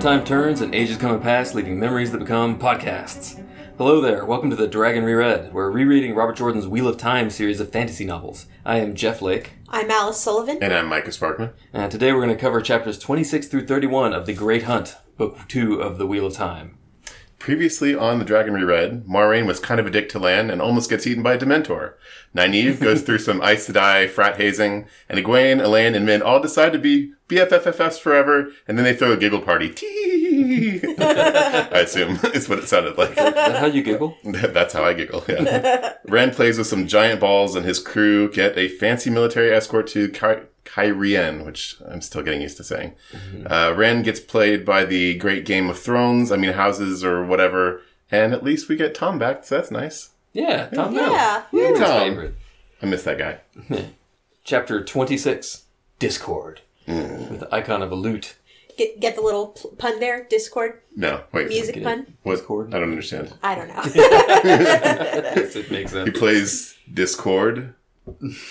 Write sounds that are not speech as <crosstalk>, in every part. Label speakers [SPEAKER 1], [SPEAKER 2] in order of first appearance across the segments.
[SPEAKER 1] time turns and ages come and pass, leaving memories that become podcasts. Hello there, welcome to the Dragon Reread. We're rereading Robert Jordan's Wheel of Time series of fantasy novels. I am Jeff Lake,
[SPEAKER 2] I'm Alice Sullivan.
[SPEAKER 3] And I'm Micah Sparkman.
[SPEAKER 1] and today we're going to cover chapters 26 through 31 of The Great Hunt, book 2 of The Wheel of Time.
[SPEAKER 3] Previously on The Dragon Reread, Moraine was kind of a dick to Lan and almost gets eaten by a Dementor. Nynaeve goes through some Aes Sedai frat hazing, and Egwene, Elaine, and Min all decide to be BFFFs forever, and then they throw a giggle party. Tee! <laughs> I assume is what it sounded like.
[SPEAKER 1] Is that how you giggle?
[SPEAKER 3] <laughs> That's how I giggle. Yeah. <laughs> Ren plays with some giant balls, and his crew get a fancy military escort to Ky- Kyrien, which I'm still getting used to saying.
[SPEAKER 1] Mm-hmm.
[SPEAKER 3] Uh, Ren gets played by the great Game of Thrones, I mean, houses or whatever, and at least we get Tom back, so that's nice.
[SPEAKER 1] Yeah, Tom Bell.
[SPEAKER 2] Yeah.
[SPEAKER 1] Everyone's
[SPEAKER 3] Tom.
[SPEAKER 1] favorite.
[SPEAKER 3] I miss that guy.
[SPEAKER 1] Chapter 26 Discord. With the icon of a lute.
[SPEAKER 2] Get, get the little pl- pun there, Discord
[SPEAKER 3] No, wait.
[SPEAKER 2] music
[SPEAKER 1] Good.
[SPEAKER 2] pun.
[SPEAKER 3] What?
[SPEAKER 1] Discord?
[SPEAKER 3] I don't understand.
[SPEAKER 2] I don't know.
[SPEAKER 1] Yes, it makes
[SPEAKER 3] He
[SPEAKER 1] sense.
[SPEAKER 3] <laughs> plays
[SPEAKER 1] <laughs>
[SPEAKER 3] Discord.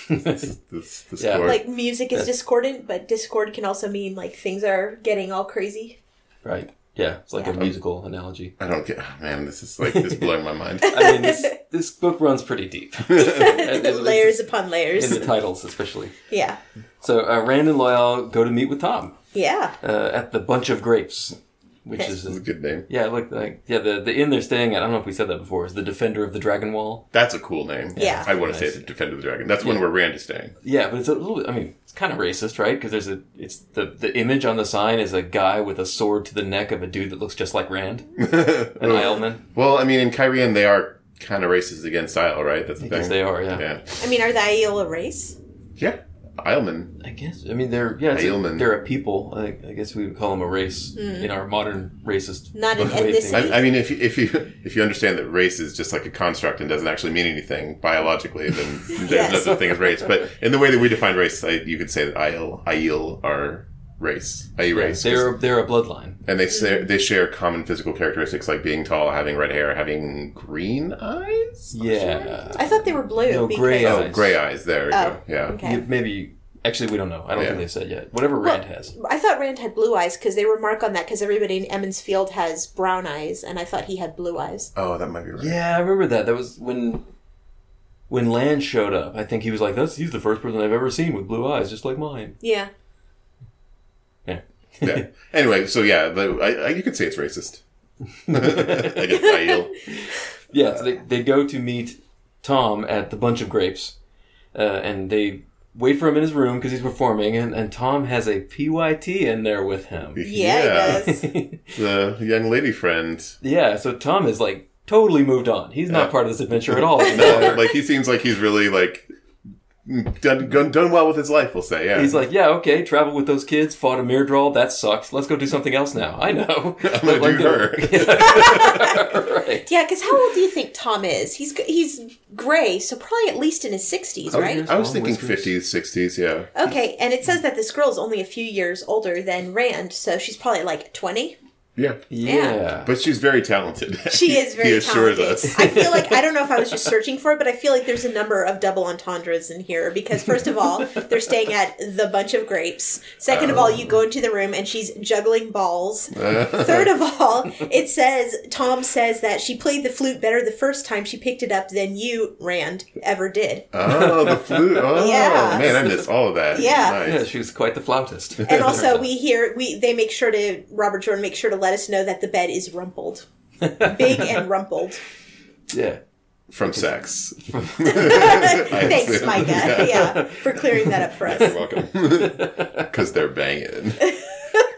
[SPEAKER 3] This- this
[SPEAKER 1] Yeah.
[SPEAKER 2] <laughs>
[SPEAKER 3] Discord.
[SPEAKER 2] like music is discordant, but Discord can also mean like things are getting all
[SPEAKER 3] <laughs>
[SPEAKER 2] crazy.
[SPEAKER 1] Right. Yeah, it's like a
[SPEAKER 2] Yeah.
[SPEAKER 1] musical analogy.
[SPEAKER 3] I don't get. Man, this is like this is blowing
[SPEAKER 1] <laughs>
[SPEAKER 3] my mind.
[SPEAKER 1] I mean, this, this book runs pretty deep. <laughs> At- at least
[SPEAKER 2] layers upon layers.
[SPEAKER 1] in
[SPEAKER 3] <laughs>
[SPEAKER 1] the titles, especially.
[SPEAKER 2] yeah.
[SPEAKER 1] So uh, Rand and Loyal go to meet with Tom
[SPEAKER 2] Yeah.
[SPEAKER 1] uh, at the Bunch of Grapes, which is
[SPEAKER 3] This is a good name.
[SPEAKER 1] yeah, look like yeah the the inn they're staying at. I don't know if we said that before. Is the Defender of the Dragon Wall?
[SPEAKER 3] That's a cool name.
[SPEAKER 2] Yeah.
[SPEAKER 3] I want to
[SPEAKER 1] Nice.
[SPEAKER 3] say the Defender of the Dragon. That's one where Rand is staying.
[SPEAKER 1] Yeah, but it's a little. bit, I mean, it's kind of racist, right? Because there's a it's the the image on the sign is a guy with a sword to the neck of a dude that looks just like Rand,
[SPEAKER 3] <laughs>
[SPEAKER 1] an
[SPEAKER 3] Mm.
[SPEAKER 1] Isleman.
[SPEAKER 3] Well, I mean, in Kyrian, they are kind of racist against Isle, right? That's the
[SPEAKER 1] Because
[SPEAKER 3] thing.
[SPEAKER 1] they are, yeah.
[SPEAKER 3] Yeah.
[SPEAKER 2] I mean, are the Aiel a race?
[SPEAKER 3] Yeah. Isleman.
[SPEAKER 1] I guess. I mean, they're yeah, it's a,
[SPEAKER 3] Ailman.
[SPEAKER 1] they're a people. I, I guess we would call them a race in our modern racist.
[SPEAKER 2] Not an
[SPEAKER 1] way of thinking.
[SPEAKER 2] ethnicity.
[SPEAKER 3] I, I mean, if you, if you if you understand that race is just like a construct and doesn't actually mean anything biologically, then
[SPEAKER 2] <laughs>
[SPEAKER 3] there's
[SPEAKER 2] Yes.
[SPEAKER 3] no such thing as race. But in the way that we define race, I, you could say that Isle Isle are race, a race,
[SPEAKER 1] They're they're a bloodline.
[SPEAKER 3] and they share, they share common physical characteristics like being tall, having red hair, having green eyes.
[SPEAKER 1] Yeah.
[SPEAKER 2] I thought they were blue.
[SPEAKER 1] No,
[SPEAKER 2] because-
[SPEAKER 1] gray
[SPEAKER 3] Oh,
[SPEAKER 1] Eyes.
[SPEAKER 3] gray eyes. There we
[SPEAKER 2] Oh,
[SPEAKER 3] go. Yeah.
[SPEAKER 2] okay.
[SPEAKER 1] You- maybe actually we don't know. I don't
[SPEAKER 3] Yeah.
[SPEAKER 1] think they've said yet. Whatever Rand has.
[SPEAKER 2] I thought Rand had blue eyes because they remark on that because everybody in Emmons Field has brown eyes, and I thought he had blue eyes.
[SPEAKER 3] Oh, that might be right.
[SPEAKER 1] Yeah, I remember that. That was when when Land showed up. I think he was like, "That's he's the first person I've ever seen with blue eyes, just like mine."
[SPEAKER 2] Yeah.
[SPEAKER 1] Yeah.
[SPEAKER 3] <laughs> yeah. Anyway, so yeah, the, I, I, you could say it's racist. <laughs> I guess I yield.
[SPEAKER 1] Yeah, so they, they go to meet Tom at the Bunch of Grapes, uh, and they wait for him in his room because he's performing, and, and Tom has a PYT in there with him.
[SPEAKER 2] <laughs>
[SPEAKER 1] <laughs>
[SPEAKER 2] Yeah,
[SPEAKER 3] Yeah.
[SPEAKER 2] he
[SPEAKER 3] <laughs>
[SPEAKER 2] does.
[SPEAKER 3] The young lady friend.
[SPEAKER 1] yeah, so Tom is like totally moved on. He's not
[SPEAKER 3] Yeah.
[SPEAKER 1] part of this adventure at all.
[SPEAKER 3] No, like he seems like he's really like done done, done well with his life. We'll say. Yeah.
[SPEAKER 1] He's like, yeah, okay, travel with those kids, fought a mirror draw, that sucks. Let's go do something else now. I know.
[SPEAKER 3] <laughs> I'm gonna
[SPEAKER 1] <laughs>
[SPEAKER 3] do
[SPEAKER 1] her. right.
[SPEAKER 2] Yeah, because how old do you think Tom is? He's g- he's gray, so probably at least in his sixties,
[SPEAKER 3] I was,
[SPEAKER 2] right?
[SPEAKER 3] I was
[SPEAKER 1] Long
[SPEAKER 3] thinking
[SPEAKER 1] whiskers.
[SPEAKER 3] fifties, sixties. Yeah.
[SPEAKER 2] Okay, and it says that this girl's only a few years older than Rand, so she's probably like twenty.
[SPEAKER 3] Yeah.
[SPEAKER 1] Yeah.
[SPEAKER 3] But she's very talented.
[SPEAKER 2] She is very
[SPEAKER 3] <laughs> he assures
[SPEAKER 2] talented.
[SPEAKER 3] us.
[SPEAKER 2] I feel like I don't know if I was
[SPEAKER 3] <laughs>
[SPEAKER 2] just searching for it, but I feel like there's a number of double entendres in here because first of all, they're staying at the bunch of grapes. Second of all, you go into the room and she's juggling balls.
[SPEAKER 3] <laughs>
[SPEAKER 2] Third of all, it says Tom says that she played the flute better the first time she picked it up than you, Rand, ever did.
[SPEAKER 3] Oh, the flute. Oh,
[SPEAKER 2] <laughs> Yeah.
[SPEAKER 3] man, I miss all of that.
[SPEAKER 2] Yeah.
[SPEAKER 3] Nice.
[SPEAKER 1] Yeah, she was quite the flautist.
[SPEAKER 2] And also, we hear we they make sure to Robert Jordan make sure to let us know that the bed is rumpled, big and rumpled.
[SPEAKER 1] <laughs> yeah.
[SPEAKER 3] From sex.
[SPEAKER 2] Thanks,
[SPEAKER 3] assume.
[SPEAKER 2] Micah, yeah. for clearing that up for us.
[SPEAKER 3] You're welcome. <laughs> Because they're banging. <laughs>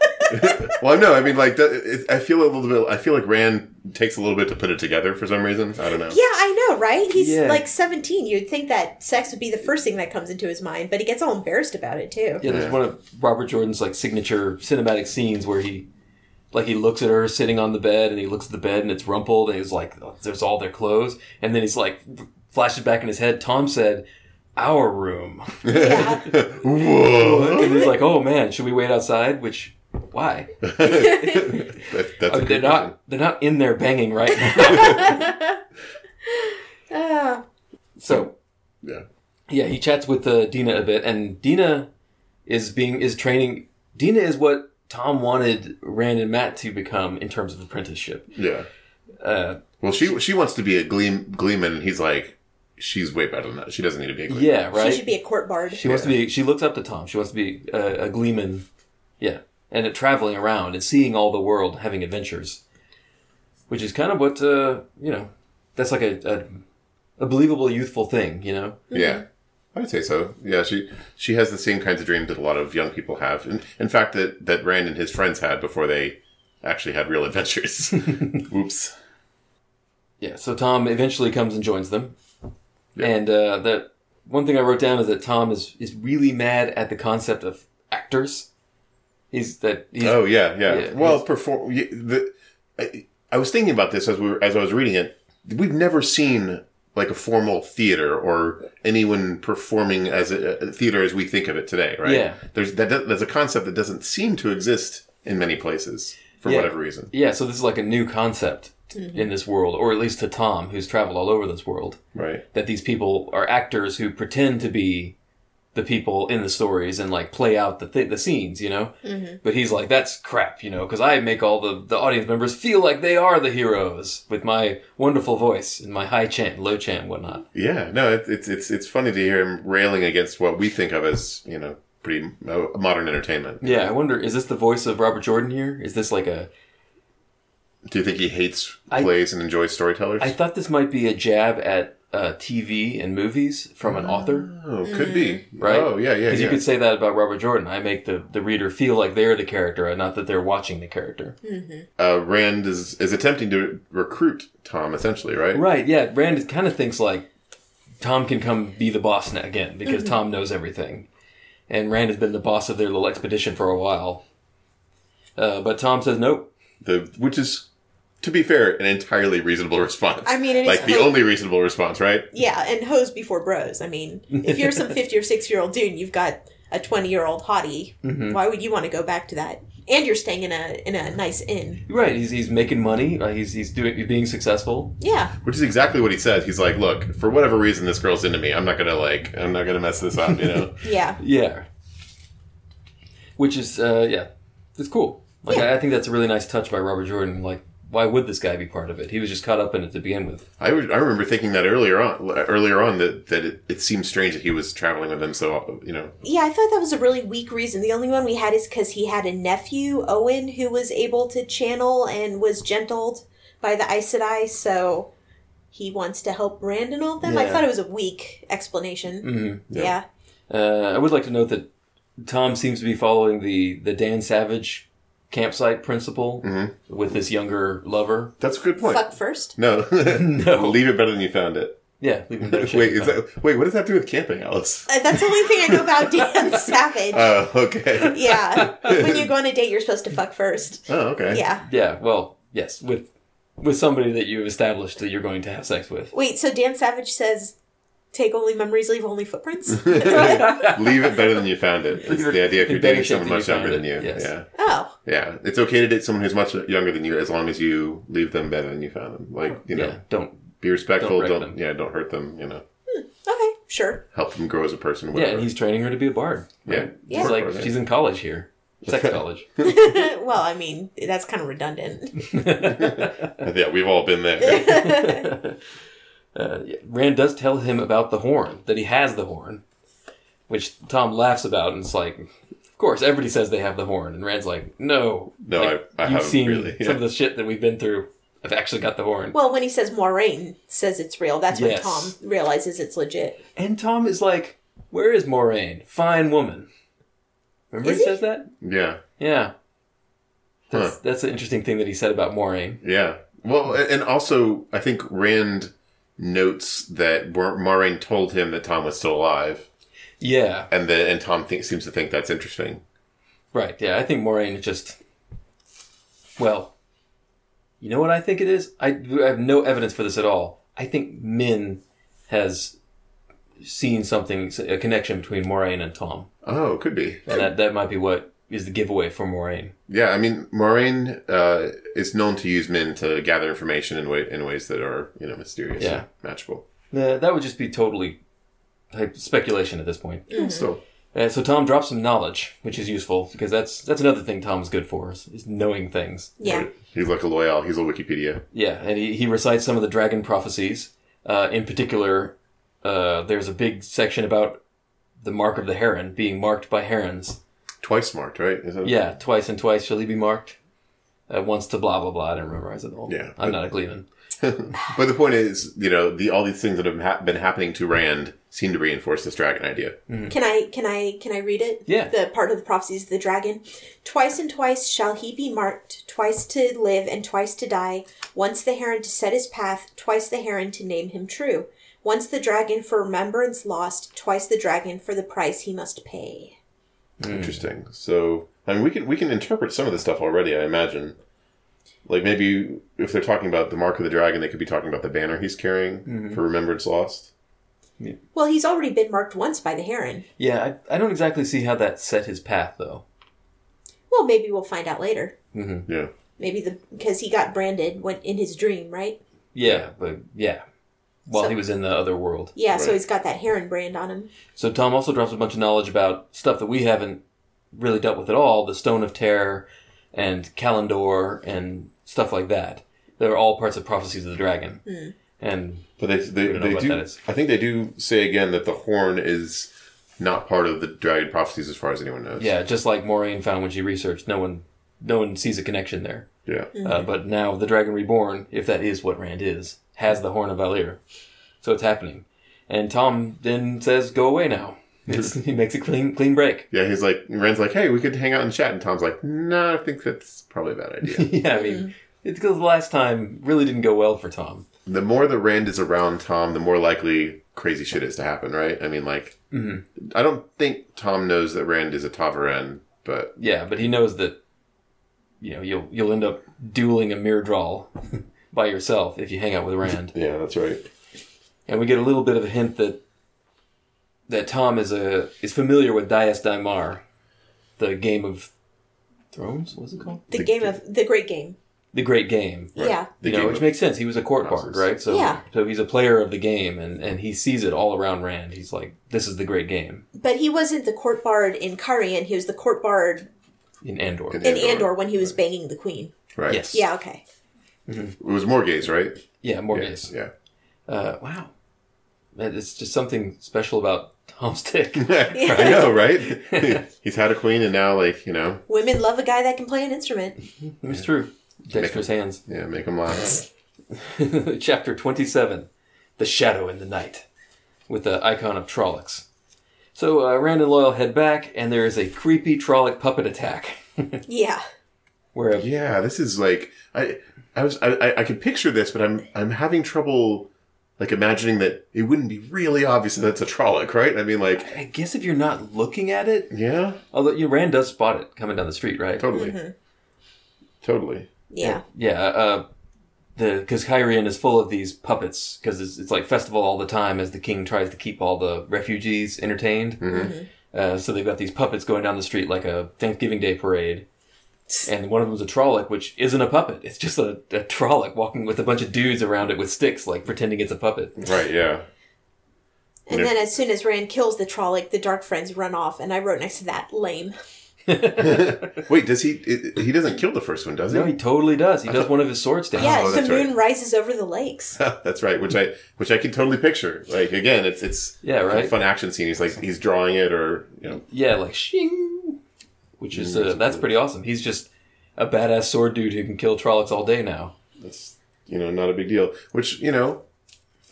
[SPEAKER 3] well, no, I mean, like, that, it, I feel a little bit. I feel like Rand takes a little bit to put it together for some reason. I don't know.
[SPEAKER 2] Yeah, I know, right? He's
[SPEAKER 1] Yeah.
[SPEAKER 2] like 17. You'd think that sex would be the first thing that comes into his mind, but he gets all embarrassed about it too.
[SPEAKER 1] Yeah, there's
[SPEAKER 3] Yeah.
[SPEAKER 1] one of Robert Jordan's like signature cinematic scenes where he like he looks at her sitting on the bed and he looks at the bed and it's rumpled and he's like oh, there's all their clothes and then he's like flashes back in his head Tom said our room <laughs>
[SPEAKER 2] Yeah.
[SPEAKER 3] <laughs> Whoa. <laughs>
[SPEAKER 1] and he's like oh man should we wait outside which why
[SPEAKER 3] That- that's
[SPEAKER 1] I
[SPEAKER 3] a
[SPEAKER 1] mean, Oh, they're
[SPEAKER 3] good question.
[SPEAKER 1] not they're not in there banging right now
[SPEAKER 3] <laughs>
[SPEAKER 2] <laughs> Ah.
[SPEAKER 1] so
[SPEAKER 3] Yeah.
[SPEAKER 1] yeah he chats with uh, Dina a bit and Dina is being is training Dina is what Tom wanted Rand and Matt to become in terms of apprenticeship.
[SPEAKER 3] Yeah.
[SPEAKER 1] Uh,
[SPEAKER 3] Well, she she wants to be a gleam, gleeman, and he's like, she's way better than that. She doesn't need to be a gleeman.
[SPEAKER 1] yeah, right.
[SPEAKER 2] She should be a court bard.
[SPEAKER 1] She wants to be. She looks up to Tom. She wants to be a, a gleeman. Yeah, and at traveling around and seeing all the world, having adventures, which is kind of what uh, you know. That's like a, a a believable youthful thing, you know.
[SPEAKER 3] Yeah. I would say so. Yeah, she she has the same kinds of dreams that a lot of young people have. In, in fact, that, that Rand and his friends had before they actually had
[SPEAKER 1] <laughs>
[SPEAKER 3] real adventures. Whoops.
[SPEAKER 1] Yeah. So Tom eventually comes and joins them,
[SPEAKER 3] Yeah.
[SPEAKER 1] and uh, that one thing I wrote down is that Tom is is really mad at the concept of actors. He's that he's
[SPEAKER 3] Oh yeah, yeah.
[SPEAKER 1] Yeah,
[SPEAKER 3] well, perform. y- The, I, I was thinking about this as we were, as I was reading it. We've never seen like a formal theater or anyone performing as a, a theater as we think of it today, right?
[SPEAKER 1] Yeah.
[SPEAKER 3] There's that. do- There's a concept that doesn't seem to exist in many places for
[SPEAKER 1] Yeah.
[SPEAKER 3] whatever reason.
[SPEAKER 1] yeah. So this is like a new concept in this world, or at least to Tom, who's traveled all over this world.
[SPEAKER 3] Right.
[SPEAKER 1] that these people are actors who pretend to be the people in the stories and like play out the th- the scenes, you know. Mm-hmm. But he's like, that's crap, you know, because I make all the the audience members feel like they are the heroes with my wonderful voice and my high chant, low chant, and whatnot.
[SPEAKER 3] Yeah. No. It, it's it's it's funny to hear him railing against what we think of as you know pretty uh, modern entertainment.
[SPEAKER 1] Yeah, I wonder, is this the voice of Robert Jordan here? Is this like a?
[SPEAKER 3] Do you think he hates
[SPEAKER 1] I-
[SPEAKER 3] plays and enjoys storytellers?
[SPEAKER 1] I thought this might be a jab at uh, TV and movies from an author.
[SPEAKER 3] oh, could be.
[SPEAKER 1] Right?
[SPEAKER 3] Oh, yeah, yeah,
[SPEAKER 1] Because
[SPEAKER 3] yeah.
[SPEAKER 1] you could say that about Robert Jordan. I make the, the reader feel like they're the character and not that they're watching the character.
[SPEAKER 3] uh, Rand is is attempting to recruit Tom, essentially, right?
[SPEAKER 1] Right, yeah. Rand kind of thinks like Tom can come be the boss now again because Tom knows everything. And Rand has been the boss of their little expedition for a while. Uh, but Tom says nope.
[SPEAKER 3] The which is, to be fair, an entirely reasonable response.
[SPEAKER 2] I mean, it is
[SPEAKER 3] like the
[SPEAKER 2] quite-
[SPEAKER 3] only reasonable response, right?
[SPEAKER 2] Yeah, and hoes before bros. I mean, if you're some 50 or 6 year old dude and you've got a 20 year old hottie, why would you want to go back to that? And you're staying in a in a nice inn.
[SPEAKER 1] Right, he's he's making money. uh, He's he's doing he's being successful.
[SPEAKER 2] Yeah.
[SPEAKER 3] Which is exactly what he says. He's like, "Look, for whatever reason, this girl's into me. I'm not gonna like, I'm not gonna mess this up, you know."
[SPEAKER 2] Yeah.
[SPEAKER 1] Yeah, which is uh, yeah, it's cool. Like I, I think that's a really nice touch by Robert Jordan. Like why would this guy be part of it? He was just caught up in it to begin with.
[SPEAKER 3] I, re- I remember thinking that earlier on, earlier on that that it, it seemed strange that he was traveling with them. So you know,
[SPEAKER 2] Yeah, I thought that was a really weak reason. The only one we had is because he had a nephew, Owen, who was able to channel and was gentled by the Aes Sedai, so he wants to help Rand and all of them. I
[SPEAKER 1] Yeah.
[SPEAKER 2] thought it was a weak explanation.
[SPEAKER 1] Mm-hmm.
[SPEAKER 3] Yeah.
[SPEAKER 2] Yeah.
[SPEAKER 1] Uh, I would like to note that Tom seems to be following the, the Dan Savage campsite principle
[SPEAKER 3] Mhm.
[SPEAKER 1] with this younger lover.
[SPEAKER 3] that's a good point.
[SPEAKER 2] Fuck first. <laughs>
[SPEAKER 3] No,
[SPEAKER 1] No.
[SPEAKER 3] <laughs> leave it better than you found it.
[SPEAKER 1] Yeah, leave him
[SPEAKER 3] <laughs>
[SPEAKER 1] better shape
[SPEAKER 3] wait, is
[SPEAKER 1] than that.
[SPEAKER 3] that, wait, what does that have to do with camping, Alice?
[SPEAKER 2] Uh, that's the only thing I know about Dan Savage.
[SPEAKER 3] Oh,
[SPEAKER 2] <laughs>
[SPEAKER 3] okay.
[SPEAKER 2] yeah. When you go on a date, you're supposed to fuck
[SPEAKER 3] <laughs>
[SPEAKER 2] first.
[SPEAKER 3] Oh, okay.
[SPEAKER 2] Yeah.
[SPEAKER 1] Yeah, well, yes, with with somebody that you've established that you're going to have sex
[SPEAKER 3] <laughs>
[SPEAKER 1] with.
[SPEAKER 2] Wait, so Dan Savage says, take only memories, leave only footprints?
[SPEAKER 3] Leave it better than you found it. It's the idea if you're
[SPEAKER 1] In better
[SPEAKER 3] dating
[SPEAKER 1] shape than
[SPEAKER 3] someone
[SPEAKER 1] you
[SPEAKER 3] much younger
[SPEAKER 1] found
[SPEAKER 3] than you.
[SPEAKER 1] it, yes.
[SPEAKER 3] Yeah.
[SPEAKER 2] oh.
[SPEAKER 3] Yeah. It's okay to date someone who's much younger than you as long as you leave them better than you found them. Like, you know,
[SPEAKER 1] Yeah, don't.
[SPEAKER 3] be respectful,
[SPEAKER 1] Don't wreck
[SPEAKER 3] don't,
[SPEAKER 1] them.
[SPEAKER 3] yeah, don't hurt them, you know.
[SPEAKER 2] Okay, sure. <laughs>
[SPEAKER 3] Help them grow as a person,
[SPEAKER 1] Yeah,
[SPEAKER 3] whatever.
[SPEAKER 1] and he's training her to be a bard.
[SPEAKER 3] Yeah.
[SPEAKER 2] Yeah.
[SPEAKER 1] He's like,
[SPEAKER 3] Bard, yeah.
[SPEAKER 1] she's in college here.
[SPEAKER 3] <laughs>
[SPEAKER 1] Sex college.
[SPEAKER 2] well, I mean, that's kind of redundant.
[SPEAKER 3] yeah, we've all
[SPEAKER 2] <laughs>
[SPEAKER 3] been
[SPEAKER 1] <laughs>
[SPEAKER 3] there.
[SPEAKER 1] Uh, yeah. Rand does tell him about the horn, that he has the horn, which Tom laughs about, and it's like, of course, everybody says they have the horn, and Rand's like, no.
[SPEAKER 3] No,
[SPEAKER 1] Like,
[SPEAKER 3] I, I
[SPEAKER 1] You've
[SPEAKER 3] haven't
[SPEAKER 1] seen
[SPEAKER 3] really.
[SPEAKER 1] some of the shit that we've been through. I've actually got the horn.
[SPEAKER 2] Well, when he says Moraine says it's real, that's when
[SPEAKER 1] Yes.
[SPEAKER 2] Tom realizes it's legit.
[SPEAKER 1] And Tom is like, Where is Moraine? Fine woman. Remember
[SPEAKER 2] Is
[SPEAKER 1] he
[SPEAKER 2] he?
[SPEAKER 1] says that?
[SPEAKER 3] yeah.
[SPEAKER 1] Yeah. That's,
[SPEAKER 3] Huh.
[SPEAKER 1] that's an interesting thing that he said about Moraine.
[SPEAKER 3] Yeah. Well, a- and also, I think Rand notes that Mar- Moraine told him that Tom was still alive,
[SPEAKER 1] Yeah,
[SPEAKER 3] and the, and Tom think, seems to think that's interesting.
[SPEAKER 1] right. Yeah, I think Moraine is just. Well, you know what I think it is? I, I have no evidence for this at all. I think Min has seen something, a connection between Moraine and Tom.
[SPEAKER 3] Oh, could be.
[SPEAKER 1] And that, that might be what is the giveaway for Moraine.
[SPEAKER 3] Yeah, I mean, Moraine uh, is known to use men to gather information in, way- in ways that are, you know, mysterious
[SPEAKER 1] Yeah.
[SPEAKER 3] and magical.
[SPEAKER 1] Nah, that would just be totally like, speculation at this point.
[SPEAKER 3] So,
[SPEAKER 1] Uh, so Tom drops some knowledge, which is useful because that's that's another thing Tom's good for is, is knowing things.
[SPEAKER 2] Yeah.
[SPEAKER 3] He's like a loyal. He's a Wikipedia.
[SPEAKER 1] Yeah, and he, he recites some of the dragon prophecies. Uh, in particular, uh, there's a big section about the mark of the heron being marked by herons.
[SPEAKER 3] Twice marked, right? Is that-
[SPEAKER 1] Yeah, twice and twice shall he be marked. Uh, once to blah blah blah. I didn't memorize it all.
[SPEAKER 3] Yeah.
[SPEAKER 1] I'm not a Gleeman.
[SPEAKER 3] But the point is, you know, the all these things that have ha- been happening to Rand seem to reinforce this dragon idea.
[SPEAKER 2] Can I can I can I read it?
[SPEAKER 1] Yeah.
[SPEAKER 2] The part of the prophecies of the dragon. Twice and twice shall he be marked, twice to live and twice to die, once the heron to set his path, twice the heron to name him true. Once the dragon for remembrance lost, twice the dragon for the price he must pay.
[SPEAKER 3] Interesting. So, I mean, we can we can interpret some of this stuff already. I imagine, like maybe if they're talking about the mark of the dragon, they could be talking about the banner he's carrying for Remembrance Lost.
[SPEAKER 2] Well, he's already been marked once by the heron.
[SPEAKER 1] Yeah, I, I don't exactly see how that set his path though.
[SPEAKER 2] Well, maybe we'll find out later.
[SPEAKER 3] Yeah.
[SPEAKER 2] Maybe the because he got branded when in his dream, right?
[SPEAKER 1] Yeah, but yeah, while
[SPEAKER 2] So-
[SPEAKER 1] he was in the other world.
[SPEAKER 2] Yeah, so
[SPEAKER 3] Right.
[SPEAKER 2] he's got that heron brand on him.
[SPEAKER 1] So Tom also drops a bunch of knowledge about stuff that we haven't really dealt with at all, the Stone of Terror and Kalendor and stuff like that. They're all parts of Prophecies of the Dragon. And
[SPEAKER 3] But they they,
[SPEAKER 1] We don't know
[SPEAKER 3] they
[SPEAKER 1] what
[SPEAKER 3] do.
[SPEAKER 1] that is.
[SPEAKER 3] I think they do say again that the horn is not part of the dragon prophecies, as far as anyone knows.
[SPEAKER 1] yeah, just like Moraine found when she researched, no one no one sees a connection there.
[SPEAKER 3] Yeah.
[SPEAKER 1] Uh, but now the Dragon Reborn, if that is what Rand is, has the Horn of Valir. So it's happening. And Tom then says, go away now. It's, he makes a clean clean break. <laughs>
[SPEAKER 3] Yeah, he's like Rand's like, hey, we could hang out and chat, and Tom's like, no, I think that's probably a bad
[SPEAKER 1] <laughs>
[SPEAKER 3] idea.
[SPEAKER 1] yeah, I mean, it's because the last time really didn't go well for Tom.
[SPEAKER 3] the more that Rand is around Tom, the more likely crazy shit is to happen, right? I mean, like, I don't think Tom knows that Rand is a Tavaran, but
[SPEAKER 1] Yeah, but he knows that you know you'll you'll end up dueling a Mirdral <laughs> by yourself if you hang out with
[SPEAKER 3] <laughs>
[SPEAKER 1] Rand.
[SPEAKER 3] yeah, that's right.
[SPEAKER 1] And we get a little bit of a hint that that Tom is a is familiar with Dias Daimar, the game of Thrones. What's it called?
[SPEAKER 2] The,
[SPEAKER 3] The-
[SPEAKER 2] game of the great game.
[SPEAKER 1] The Great Game.
[SPEAKER 2] Yeah.
[SPEAKER 3] The
[SPEAKER 1] you know,
[SPEAKER 3] game
[SPEAKER 1] which
[SPEAKER 3] of-
[SPEAKER 1] makes sense. He was a court bard,
[SPEAKER 3] Houses.
[SPEAKER 1] right? So,
[SPEAKER 2] Yeah.
[SPEAKER 1] so he's a player of the game, and, and he sees it all around Rand. He's like, "This is the Great Game
[SPEAKER 2] But he wasn't the court bard in Carrion. He was the court bard
[SPEAKER 1] in Andor."
[SPEAKER 3] In-
[SPEAKER 2] in
[SPEAKER 3] Andor.
[SPEAKER 2] Andor, when he was banging the queen.
[SPEAKER 3] right.
[SPEAKER 1] Yes.
[SPEAKER 2] Yeah, okay.
[SPEAKER 3] it was Morgaze, right?
[SPEAKER 1] Yeah, more
[SPEAKER 3] Yeah,
[SPEAKER 1] days.
[SPEAKER 3] Yeah,
[SPEAKER 1] Uh, wow, Man, it's just something special about Tom's <laughs> dick.
[SPEAKER 3] I know, right? <laughs> he's had a queen, and now, like, you know,
[SPEAKER 2] Women love a guy that can play an instrument.
[SPEAKER 1] It's true. Dexter's hands. <laughs>
[SPEAKER 3] yeah, make him laugh.
[SPEAKER 1] Chapter 27 The Shadow in the Night, with the icon of Trollocs. So uh, Rand and Loyal head back, and there is a creepy Trolloc puppet attack. <laughs>
[SPEAKER 2] Yeah.
[SPEAKER 1] Where a,
[SPEAKER 3] yeah, this is like I, I was, I, I, I could picture this, but I'm, I'm having trouble. Like imagining that it wouldn't be really obvious that that's a Trolloc, right? I mean, like,
[SPEAKER 1] I guess if you're not looking at it,
[SPEAKER 3] yeah,
[SPEAKER 1] although you, Rand does spot it coming down the street, right?
[SPEAKER 3] totally, totally.
[SPEAKER 2] Yeah.
[SPEAKER 1] Yeah, uh, the because Kyrian is full of these puppets because it's, it's like festival all the time as the king tries to keep all the refugees entertained. Uh, so they've got these puppets going down the street like a Thanksgiving Day parade, and one of them's a Trolloc, which isn't a puppet. It's just a, a Trolloc walking with a bunch of dudes around it with sticks, like pretending it's a puppet.
[SPEAKER 3] Right? Yeah.
[SPEAKER 2] And
[SPEAKER 3] Yeah.
[SPEAKER 2] then as soon as Rand kills the Trolloc, the Dark Friends run off, and I wrote next to that, lame.
[SPEAKER 3] Wait, does he? i- He doesn't kill the first one, does he?
[SPEAKER 1] No, he totally does. He does one of his swords down.
[SPEAKER 2] Yeah, the
[SPEAKER 3] that's right.
[SPEAKER 2] moon rises over the lakes.
[SPEAKER 3] <laughs> That's right. Which I, which I can totally picture. Like again, it's it's
[SPEAKER 1] Yeah, right.
[SPEAKER 3] A fun action scene. He's like he's drawing it, or you know,
[SPEAKER 1] Yeah, like shing, which is uh, that's pretty awesome. He's just a badass sword dude who can kill Trollocs all day now.
[SPEAKER 3] that's you know not a big deal. Which you know,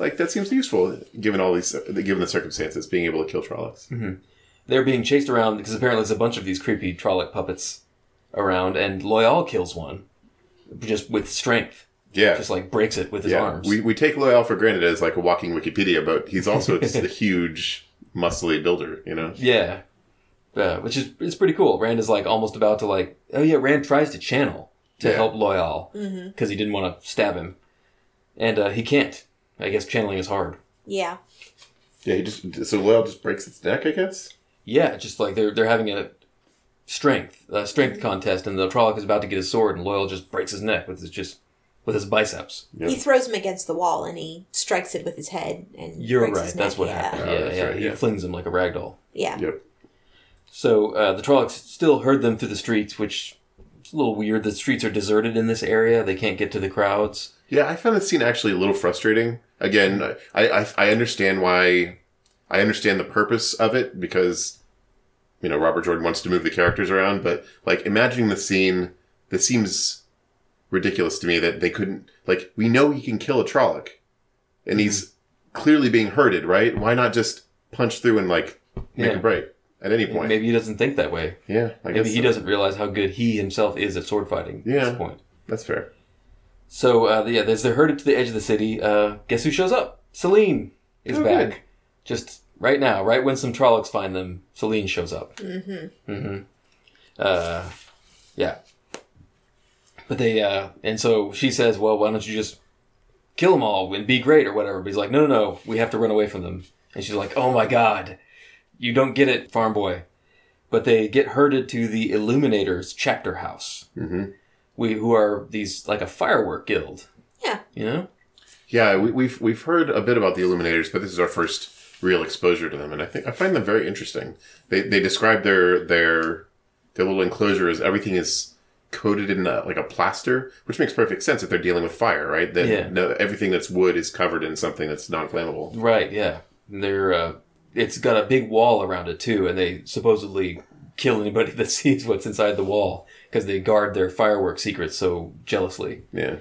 [SPEAKER 3] like that seems useful given all these given the circumstances, being able to kill Trollocs.
[SPEAKER 1] they're being chased around because apparently there's a bunch of these creepy Trolloc puppets around, and Loyal kills one just with strength,
[SPEAKER 3] Yeah.
[SPEAKER 1] just like breaks it with his
[SPEAKER 3] yeah.
[SPEAKER 1] arms.
[SPEAKER 3] We, we take Loyal for granted as like a walking Wikipedia, but he's also just <laughs> a huge, muscly builder, you know?
[SPEAKER 1] yeah, uh, which is it's pretty cool. Rand is like almost about to like, oh yeah, Rand tries to channel to
[SPEAKER 3] Yeah.
[SPEAKER 1] help Loyal because he didn't want to stab him, and uh, he can't. I guess channeling is hard.
[SPEAKER 2] Yeah.
[SPEAKER 3] Yeah, he just, so Loyal just breaks its neck, I guess?
[SPEAKER 1] Yeah, just like they're they're having a strength a strength contest, and the Trolloc is about to get his sword, and Loyal just breaks his neck with his just with his biceps.
[SPEAKER 3] Yeah.
[SPEAKER 2] He throws him against the wall, and he strikes it with his head, and
[SPEAKER 1] You're
[SPEAKER 2] breaks
[SPEAKER 1] right.
[SPEAKER 2] his
[SPEAKER 1] That's
[SPEAKER 2] neck.
[SPEAKER 1] what
[SPEAKER 2] yeah.
[SPEAKER 1] happened.
[SPEAKER 3] Oh,
[SPEAKER 1] Yeah,
[SPEAKER 3] that's
[SPEAKER 1] yeah.
[SPEAKER 3] right,
[SPEAKER 1] he
[SPEAKER 3] yeah.
[SPEAKER 1] flings him like a rag doll.
[SPEAKER 2] Yeah.
[SPEAKER 3] Yep.
[SPEAKER 1] So uh, the Trollocs still heard them through the streets, which is a little weird. The streets are deserted in this area; they can't get to the crowds.
[SPEAKER 3] Yeah, I found that scene actually a little frustrating. Again, I, I, I understand why, I understand the purpose of it because, you know, Robert Jordan wants to move the characters around, but like imagining the scene, this seems ridiculous to me that they couldn't, like, we know he can kill a Trolloc
[SPEAKER 1] Mm-hmm.
[SPEAKER 3] and he's clearly being herded, right? Why not just punch through and like make
[SPEAKER 1] Yeah.
[SPEAKER 3] a break at any point?
[SPEAKER 1] Maybe he doesn't think that way.
[SPEAKER 3] yeah, I guess
[SPEAKER 1] Maybe he
[SPEAKER 3] so.
[SPEAKER 1] doesn't realize how good he himself is at sword fighting at
[SPEAKER 3] Yeah.
[SPEAKER 1] this point.
[SPEAKER 3] That's fair.
[SPEAKER 1] So uh, yeah, as they're herded to the edge of the city, uh, guess who shows up? Celine is
[SPEAKER 3] Oh,
[SPEAKER 1] back.
[SPEAKER 3] good.
[SPEAKER 1] Just right now, right when some Trollocs find them, Celine shows up. Mm-hmm. Mm-hmm. Uh, yeah. But they uh, and so she says, "Well, why don't you just kill them all and be great or whatever?" But he's like, "No, no, no, we have to run away from them." And she's like, "Oh my god, you don't get it, farm boy." But they get herded to the Illuminators chapter house we who are these like a firework guild,
[SPEAKER 2] Yeah.
[SPEAKER 1] you know?
[SPEAKER 3] Yeah, we, we've we've heard a bit about the Illuminators, but this is our first real exposure to them, and I think I find them very interesting. They they describe their their their little enclosure as everything is coated in a, like a plaster, which makes perfect sense if they're dealing with fire, right? That
[SPEAKER 1] Yeah.
[SPEAKER 3] no, everything that's wood is covered in something that's non flammable.
[SPEAKER 1] Right, yeah. They're uh it's got a big wall around it too and they supposedly kill anybody <laughs> that sees what's inside the wall because they guard their firework secrets so jealously
[SPEAKER 3] Yeah,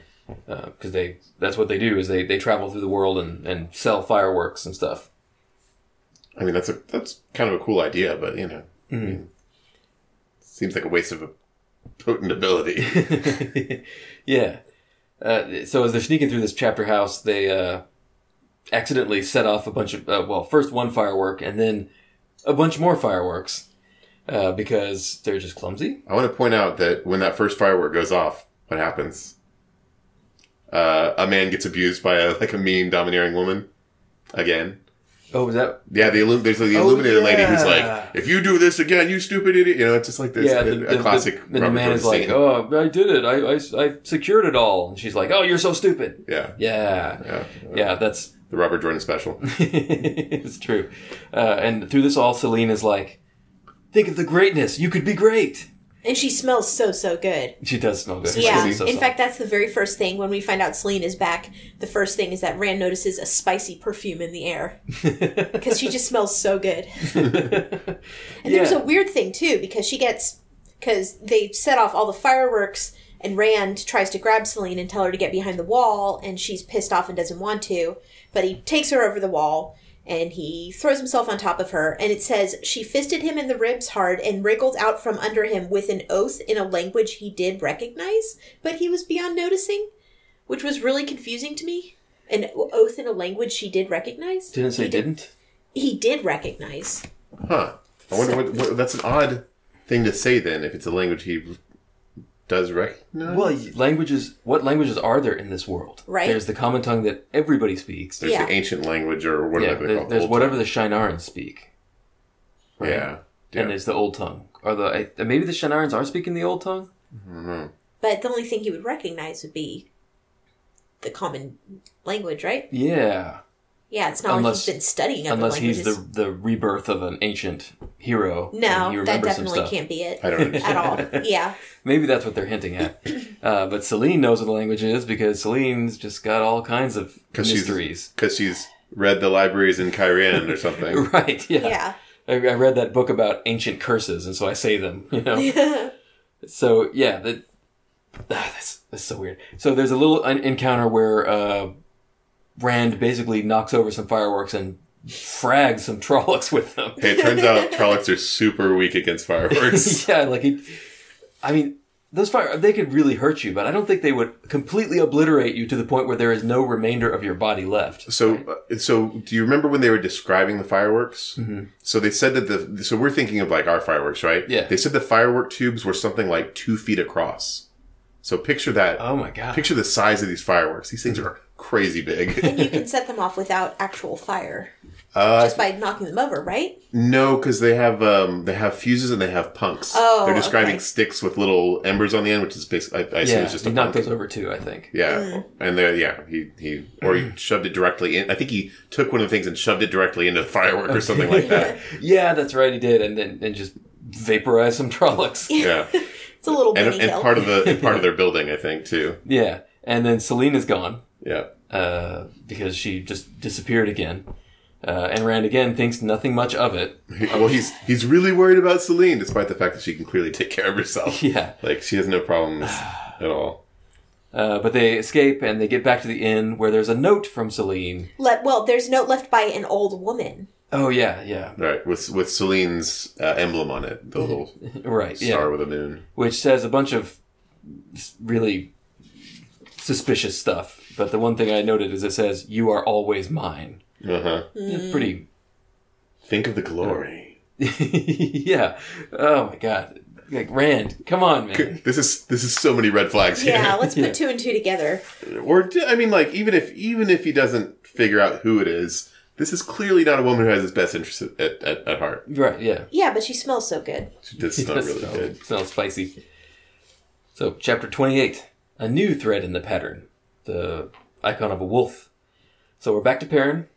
[SPEAKER 1] because they that's what they do is they, they travel through the world and, and sell fireworks and stuff
[SPEAKER 3] I mean that's a that's kind of a cool idea, but you know, seems like a waste of a potent ability.
[SPEAKER 1] <laughs> yeah uh, so as they're sneaking through this chapter house they uh, accidentally set off a bunch of uh, well first one firework and then a bunch more fireworks uh, because they're just clumsy
[SPEAKER 3] I want to point out that when that first firework goes off, what happens? Uh, a man gets abused by a like a mean, domineering woman. Again,
[SPEAKER 1] Oh, was that?
[SPEAKER 3] yeah. The illum- there's the illuminated lady who's
[SPEAKER 1] Oh, yeah.
[SPEAKER 3] like, "If you do this again, you stupid idiot!" You know, it's just like this
[SPEAKER 1] yeah,
[SPEAKER 3] a,
[SPEAKER 1] the,
[SPEAKER 3] a
[SPEAKER 1] the, the-
[SPEAKER 3] classic.
[SPEAKER 1] and the
[SPEAKER 3] Robert
[SPEAKER 1] man
[SPEAKER 3] Jordan
[SPEAKER 1] is like,
[SPEAKER 3] scene.
[SPEAKER 1] "Oh, I did it. I, I, I secured it all." And she's like, "Oh, you're so stupid."
[SPEAKER 3] yeah,
[SPEAKER 1] Yeah,
[SPEAKER 3] yeah,
[SPEAKER 1] yeah, that's <laughs>
[SPEAKER 3] The Robert Jordan special.
[SPEAKER 1] it's true. Uh, and through this all, Celine is like, "Think of the greatness. You could be great."
[SPEAKER 2] And she smells so, so good.
[SPEAKER 1] She does smell good.
[SPEAKER 2] Yeah.
[SPEAKER 1] She's so
[SPEAKER 2] In
[SPEAKER 1] soft.
[SPEAKER 2] fact, that's the very first thing when we find out Celine is back. The first thing is that Rand notices a spicy perfume in
[SPEAKER 1] <laughs>
[SPEAKER 2] the air because she just smells so good. and there's
[SPEAKER 1] Yeah.
[SPEAKER 2] a weird thing too because she gets because they set off all the fireworks and Rand tries to grab Celine and tell her to get behind the wall and she's pissed off and doesn't want to, but he takes her over the wall. And he throws himself on top of her, and it says, She fisted him in the ribs hard and wriggled out from under him with an oath in a language he did recognize, but he was beyond noticing, which was really confusing to me. An oath in a language she did recognize?
[SPEAKER 1] didn't say
[SPEAKER 2] he did-
[SPEAKER 1] didn't.
[SPEAKER 2] He did recognize.
[SPEAKER 3] Huh. I wonder what, what. That's an odd thing to say then, if it's a language he does recognize.
[SPEAKER 1] Well, y- languages. What languages are there in this world?
[SPEAKER 2] Right.
[SPEAKER 1] There's the common tongue that everybody speaks.
[SPEAKER 3] there's
[SPEAKER 2] yeah.
[SPEAKER 3] the ancient language or
[SPEAKER 1] yeah.
[SPEAKER 3] whatever they
[SPEAKER 1] There,
[SPEAKER 3] call it.
[SPEAKER 1] there's
[SPEAKER 3] Old-
[SPEAKER 1] whatever the Shinarans speak,
[SPEAKER 3] Yeah. Yeah.
[SPEAKER 1] and there's the old tongue. Or the I- maybe the Shinarans are speaking the old tongue.
[SPEAKER 2] But the only thing he would recognize would be the common language, right?
[SPEAKER 1] Yeah.
[SPEAKER 2] Yeah, it's not
[SPEAKER 1] Unless-
[SPEAKER 2] like he's been studying other
[SPEAKER 1] Unless
[SPEAKER 2] languages.
[SPEAKER 1] he's the the rebirth of an ancient hero. and he
[SPEAKER 2] no, that
[SPEAKER 1] remembers some
[SPEAKER 2] definitely
[SPEAKER 1] stuff.
[SPEAKER 2] can't be it
[SPEAKER 1] <laughs>
[SPEAKER 3] I don't understand.
[SPEAKER 2] at
[SPEAKER 3] <laughs>
[SPEAKER 2] all. Yeah.
[SPEAKER 1] Maybe that's what they're hinting at. uh, but Celine knows what the language is because Celine's just got all kinds of
[SPEAKER 3] 'Cause she's-
[SPEAKER 1] mysteries. <laughs>
[SPEAKER 3] because she's read the libraries in Kyrian or something.
[SPEAKER 1] Right? Yeah.
[SPEAKER 2] Yeah.
[SPEAKER 1] I, I read that book about ancient curses, and so I say them. <laughs> You know. so yeah, that <sighs> ah, that's that's so weird. So there's a little en- encounter where uh, Rand basically knocks over some fireworks and frags some <laughs> Trollocs with them.
[SPEAKER 3] Hey, it turns out Trollocs are super weak against
[SPEAKER 1] <laughs>
[SPEAKER 3] fireworks.
[SPEAKER 1] yeah, like he, I mean, those fire they could really hurt you, but I don't think they would completely obliterate you to the point where there is no remainder of your body left.
[SPEAKER 3] So, uh, so do you remember when they were describing the fireworks? Mm-hmm. So they said that the so we're thinking of like our fireworks, right?
[SPEAKER 1] Yeah.
[SPEAKER 3] They said the firework tubes were something like two feet across. So picture that.
[SPEAKER 1] Oh my god!
[SPEAKER 3] Picture the size of these fireworks. These things
[SPEAKER 1] Mm-hmm.
[SPEAKER 3] are crazy big. <laughs>
[SPEAKER 2] And you can set them off without actual fire.
[SPEAKER 3] Uh,
[SPEAKER 2] just by knocking them over, right?
[SPEAKER 3] no, because they have um they have fuses and they have punks.
[SPEAKER 2] Oh,
[SPEAKER 3] They're describing
[SPEAKER 2] okay.
[SPEAKER 3] sticks with little embers on the end, which is basically I, I assume
[SPEAKER 1] yeah,
[SPEAKER 3] it's just
[SPEAKER 1] he
[SPEAKER 3] a
[SPEAKER 1] knocked
[SPEAKER 3] punk.
[SPEAKER 1] those over too. I think. <laughs>
[SPEAKER 3] Yeah, and there, yeah, he he
[SPEAKER 1] <clears throat>
[SPEAKER 3] or he shoved it directly in. I think he
[SPEAKER 1] <laughs>
[SPEAKER 3] took one of the things and shoved it directly into the firework or something like that.
[SPEAKER 1] Yeah, that's right. He did, and then and just vaporize some Trollocs. <laughs>
[SPEAKER 3] Yeah,
[SPEAKER 2] It's a little
[SPEAKER 3] and,
[SPEAKER 2] bunny
[SPEAKER 3] and
[SPEAKER 2] hill.
[SPEAKER 3] part of the and part of their building, I think, too.
[SPEAKER 1] yeah, and then Selena's gone <laughs>
[SPEAKER 3] Yeah,
[SPEAKER 1] uh, because she just disappeared again. Uh, and Rand again thinks nothing much of it. <laughs>
[SPEAKER 3] He- well, he's he's really worried about Celine, despite the fact that she can clearly take care of
[SPEAKER 1] <laughs>
[SPEAKER 3] herself.
[SPEAKER 1] Yeah,
[SPEAKER 3] Like she has no
[SPEAKER 1] <sighs>
[SPEAKER 3] problems at all.
[SPEAKER 1] uh, but they escape and they get back to the inn where there's a note from Celine.
[SPEAKER 2] Le- well, there's a note left by an old
[SPEAKER 3] <laughs>
[SPEAKER 2] woman.
[SPEAKER 1] Oh yeah, yeah,
[SPEAKER 3] Right, with with Celine's uh, emblem on it, the little
[SPEAKER 1] right, <laughs> yeah.
[SPEAKER 3] star with a moon.
[SPEAKER 1] which says a bunch of s- really suspicious stuff. But the one thing I noted is it says, "You are always mine."
[SPEAKER 3] Uh huh.
[SPEAKER 1] Yeah, Pretty, <laughs>
[SPEAKER 3] Think of the glory.
[SPEAKER 1] yeah. Oh my god, like Rand, come on, man.
[SPEAKER 3] This is this is so many red flags here.
[SPEAKER 2] Yeah, let's put
[SPEAKER 1] Yeah.
[SPEAKER 2] two and two together.
[SPEAKER 3] Or d- I mean, like even if even if he doesn't figure out who it is, this is clearly not a woman who has his best interest at, at, at heart.
[SPEAKER 1] Right? Yeah.
[SPEAKER 2] Yeah, but she smells so good.
[SPEAKER 3] She
[SPEAKER 1] <laughs>
[SPEAKER 3] does smell
[SPEAKER 1] It
[SPEAKER 3] really
[SPEAKER 1] smells-
[SPEAKER 3] good.
[SPEAKER 1] Smells spicy. So, chapter 28, a new thread in the pattern, the icon of a wolf. So, we're back to Perrin.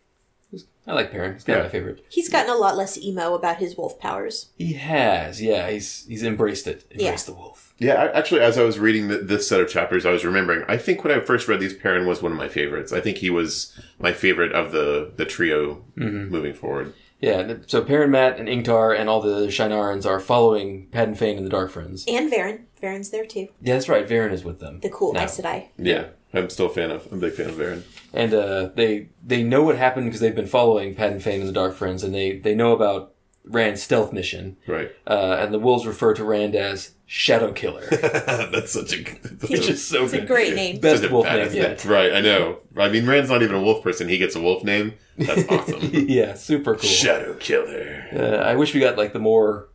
[SPEAKER 1] Who's- I like Perrin. He's kind of
[SPEAKER 3] Yeah.
[SPEAKER 1] my favorite.
[SPEAKER 2] He's gotten a lot less emo about his wolf powers.
[SPEAKER 1] He has, yeah. He's he's embraced it. Embraced the wolf.
[SPEAKER 3] Yeah, I, actually, as I was reading th this set of chapters, I was remembering. I think when I first read these, Perrin was one of my favorites. I think he was my favorite of the the trio
[SPEAKER 1] Mm-hmm.
[SPEAKER 3] moving forward.
[SPEAKER 1] Yeah. and So, Perrin, Matt, and Inktar, and all the other Shinarans are following Padden Fane and the Dark Friends.
[SPEAKER 2] And Varen. Varen's there too.
[SPEAKER 1] Yeah, that's right. Varen is with them.
[SPEAKER 2] The cool
[SPEAKER 1] now.
[SPEAKER 2] Aes Sedai.
[SPEAKER 3] Yeah, I'm still a fan of. I'm a big fan of Aaron.
[SPEAKER 1] and uh, they they know what happened because they've been following Padden Fane and the Dark Friends, and they they know about Rand's stealth mission.
[SPEAKER 3] Right.
[SPEAKER 1] <laughs> uh, and the wolves refer to Rand as Shadow Killer,
[SPEAKER 3] <laughs> that's such a good.
[SPEAKER 1] which is <laughs> so
[SPEAKER 2] It's a
[SPEAKER 1] good.
[SPEAKER 2] great name.
[SPEAKER 1] Best wolf name
[SPEAKER 3] badass
[SPEAKER 1] yet.
[SPEAKER 3] Right. I know. I mean, Rand's not even a wolf person. He gets a wolf name.
[SPEAKER 1] <laughs>
[SPEAKER 3] That's awesome.
[SPEAKER 1] yeah, super cool.
[SPEAKER 3] Shadow Killer.
[SPEAKER 1] Uh, I wish we got like the more,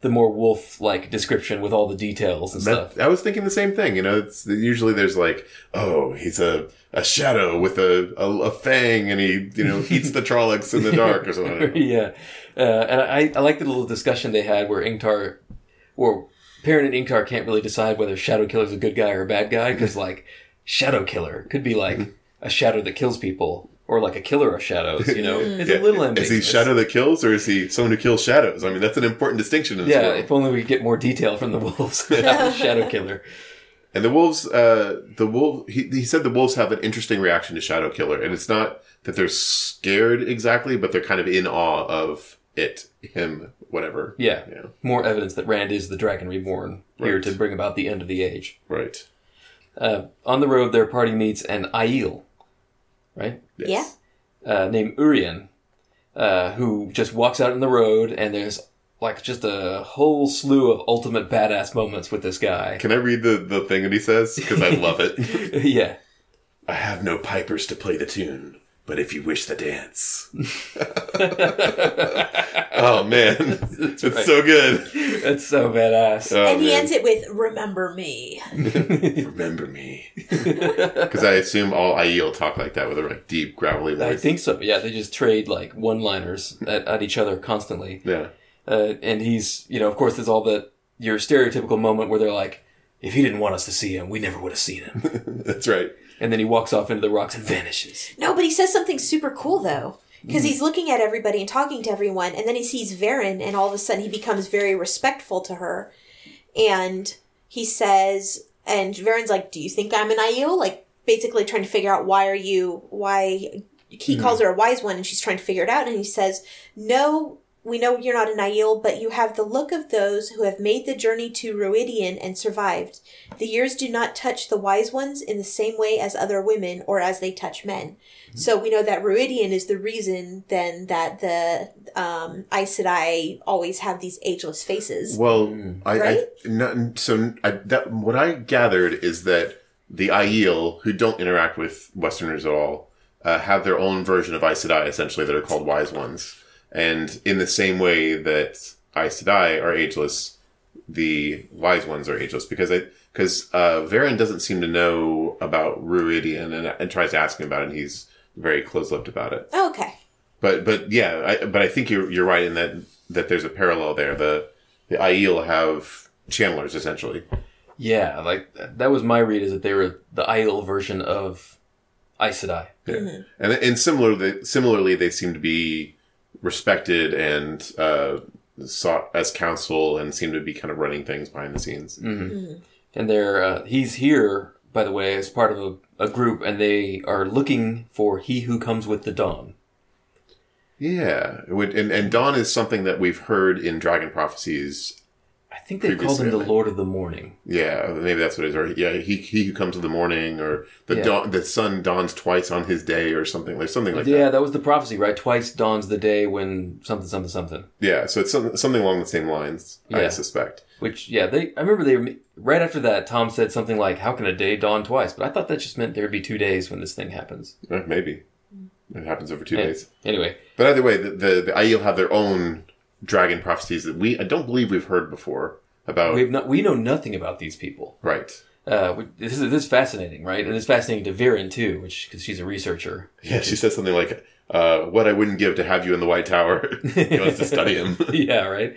[SPEAKER 1] the more wolf like description with all the details and
[SPEAKER 3] That,
[SPEAKER 1] stuff. <laughs>
[SPEAKER 3] I was thinking the same thing. You know, it's usually there's like, oh, he's a, a shadow with a, a, a fang, and he you
[SPEAKER 1] <laughs>
[SPEAKER 3] know eats the Trollocs in the dark or something.
[SPEAKER 1] yeah, uh, and I, I like the little discussion they had where Inktar, or Perrin and Inktar can't really decide whether Shadow Killer's a good guy or a bad guy
[SPEAKER 3] <laughs>
[SPEAKER 1] because like Shadow Killer could be
[SPEAKER 3] Mm-hmm.
[SPEAKER 1] like a shadow that kills people. Or like a killer of shadows, you know. <laughs> It's
[SPEAKER 3] Yeah.
[SPEAKER 1] a little
[SPEAKER 3] Is
[SPEAKER 1] ambiguous.
[SPEAKER 3] he shadow that kills, or is he someone who kills shadows? I mean, that's an important distinction in this
[SPEAKER 1] Yeah,
[SPEAKER 3] world.
[SPEAKER 1] if only we could get more detail from the <laughs> wolves about the
[SPEAKER 3] <laughs>
[SPEAKER 1] Shadow Killer.
[SPEAKER 3] And the wolves, uh, the wolf, he, he said the wolves have an interesting reaction to Shadow Killer, and it's not that they're scared exactly, but they're kind of in awe of it, him, whatever.
[SPEAKER 1] Yeah.
[SPEAKER 3] Yeah.
[SPEAKER 1] More evidence that Rand is the Dragon Reborn here
[SPEAKER 3] Right.
[SPEAKER 1] to bring about the end of the age.
[SPEAKER 3] Right.
[SPEAKER 1] Uh, on the road, their party meets an Aiel, right?
[SPEAKER 2] Yeah.
[SPEAKER 1] Uh, named Urien, uh, who just walks out on the road, and there's like just a whole slew of ultimate badass moments with this guy. <laughs>
[SPEAKER 3] Can I read the, the thing that he says? Because I love it.
[SPEAKER 1] yeah.
[SPEAKER 3] I have no pipers to play the tune, but if you wish the <laughs> dance. oh, man. It's
[SPEAKER 1] right.
[SPEAKER 3] so good.
[SPEAKER 1] That's so badass.
[SPEAKER 3] Oh,
[SPEAKER 2] and he
[SPEAKER 3] man.
[SPEAKER 2] ends it with, remember me.
[SPEAKER 3] Remember <laughs> me. Because I assume all IEL talk like that with a like, deep, gravelly
[SPEAKER 1] I
[SPEAKER 3] voice.
[SPEAKER 1] think so. Yeah, they just trade like one liners at, at each other constantly.
[SPEAKER 3] yeah.
[SPEAKER 1] uh, and he's you know of course there's all that your stereotypical moment where they're like if he didn't want us to see him we never would have seen him
[SPEAKER 3] That's right.
[SPEAKER 1] and then he walks off into the rocks and vanishes
[SPEAKER 2] No, but he says something super cool though. Because
[SPEAKER 3] Mm-hmm.
[SPEAKER 2] he's looking at everybody and talking to everyone, and then he sees Varen, and all of a sudden he becomes very respectful to her. And he says, and Varen's like, Do you think I'm an Aiel? Like, basically trying to figure out why are you, why. He calls her a wise one, and she's trying to figure it out, and he says, No, we know you're not an Aiel, but you have the look of those who have made the journey to Ruidian and survived. The years do not touch the wise ones in the same way as other women or as they touch men. So we know that Ruidian is the reason then that the um, Aes Sedai always have these ageless faces.
[SPEAKER 3] Well, I,
[SPEAKER 2] Right?
[SPEAKER 3] I no, so I, that what I gathered is that the Aiel who don't interact with Westerners at all uh, have their own version of Aes Sedai, essentially that are called wise ones, and in the same way that Aes Sedai are ageless, the wise ones are ageless because I because uh, Varen doesn't seem to know about Ruidian and, and tries to ask him about it, and he's very close-lipped about it.
[SPEAKER 2] Oh, okay.
[SPEAKER 3] But but yeah, I, but I think you're you're right in that that there's a parallel there. The the Aiel have channelers essentially.
[SPEAKER 1] yeah like th- that was my read is that they were the idol version of Aes Sedai.
[SPEAKER 3] Yeah. And and similarly similarly they seem to be respected and uh, sought as counsel and seemed to be kind of running things behind the scenes.
[SPEAKER 1] Mm. and they're uh, he's here by the way as part of a, a group and they are looking for he who comes with the dawn
[SPEAKER 3] Yeah, it would, and and dawn is something that we've heard in dragon prophecies.
[SPEAKER 1] i think they called
[SPEAKER 3] Previously,
[SPEAKER 1] him the
[SPEAKER 3] I think.
[SPEAKER 1] lord of the morning
[SPEAKER 3] Yeah, maybe that's what it is. Or yeah, he he who comes in the morning, or the
[SPEAKER 1] Yeah.
[SPEAKER 3] dawn, the sun dawns twice on his day, or something like something like
[SPEAKER 1] yeah
[SPEAKER 3] that.
[SPEAKER 1] that was the prophecy right twice dawns the day when something something something
[SPEAKER 3] Yeah, so it's some, something along the same lines. I
[SPEAKER 1] Yeah.
[SPEAKER 3] suspect.
[SPEAKER 1] which yeah they i remember they were- right after that tom said something like how can a day dawn twice but i thought that just meant there'd be two days when this thing happens
[SPEAKER 3] Eh, Maybe it happens over two
[SPEAKER 1] Yeah.
[SPEAKER 3] days.
[SPEAKER 1] anyway
[SPEAKER 3] But either way, the the, the Aiel have their own dragon prophecies that we I don't believe we've heard before about.
[SPEAKER 1] we've not we know nothing about these people
[SPEAKER 3] right.
[SPEAKER 1] uh, we- this, is, this is fascinating right and it's fascinating to viren too which because she's a researcher <laughs>
[SPEAKER 3] Yeah, she says something like, uh, "What I wouldn't give to have you in the White Tower." <laughs> he wants to study
[SPEAKER 1] <laughs>
[SPEAKER 3] him.
[SPEAKER 1] yeah, right.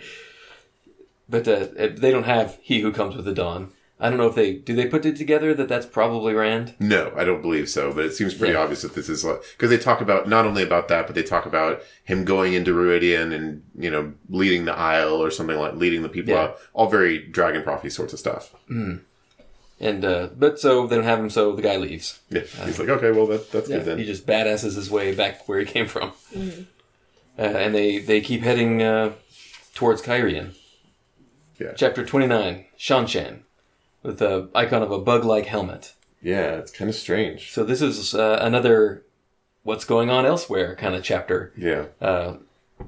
[SPEAKER 1] But uh, they don't have he who comes with the dawn. I don't know if they do. They put it together that that's probably Rand.
[SPEAKER 3] No, I don't believe so. But it seems pretty
[SPEAKER 1] Yeah.
[SPEAKER 3] obvious that this is because they talk about not only about that, but they talk about him going into Ruidian and you know leading the Isle or something like leading the people
[SPEAKER 1] Yeah.
[SPEAKER 3] out. All very dragon prophecy sorts of stuff.
[SPEAKER 1] And uh, but so they don't have him, so the guy leaves.
[SPEAKER 3] Yeah, he's like, okay, well that, that's
[SPEAKER 1] Uh, Yeah,
[SPEAKER 3] good then.
[SPEAKER 1] he just badasses his way back where he came from. Uh, and they they keep heading uh, towards Kyrian.
[SPEAKER 3] Yeah.
[SPEAKER 1] Chapter twenty nine, Shanshan, with the icon of a bug like helmet.
[SPEAKER 3] yeah, it's kind of strange.
[SPEAKER 1] So this is uh, another what's going on elsewhere kind of chapter.
[SPEAKER 3] Yeah,
[SPEAKER 1] Uh,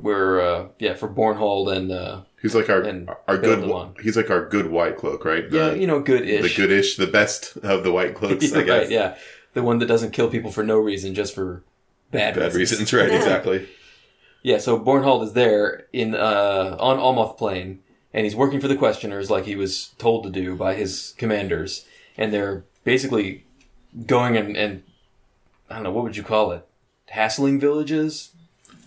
[SPEAKER 1] where uh, yeah, for Bornhold and. Uh,
[SPEAKER 3] he's like our
[SPEAKER 1] And
[SPEAKER 3] our
[SPEAKER 1] build
[SPEAKER 3] good.
[SPEAKER 1] him on.
[SPEAKER 3] He's like our good white cloak, right? The,
[SPEAKER 1] yeah, uh, you know, good
[SPEAKER 3] the
[SPEAKER 1] ish. <laughs>
[SPEAKER 3] goodish, the best of the white cloaks, I
[SPEAKER 1] right, <laughs>
[SPEAKER 3] guess.
[SPEAKER 1] yeah. The one that doesn't kill people for no reason, just for bad,
[SPEAKER 3] Bad
[SPEAKER 1] reasons.
[SPEAKER 3] reasons, right?
[SPEAKER 2] Yeah.
[SPEAKER 3] Exactly.
[SPEAKER 1] <laughs> Yeah, so Bornhold is there in uh, on Almoth Plain, and he's working for the Questioners like he was told to do by his commanders, and they're basically going and, and I don't know what would you call it, hassling villages,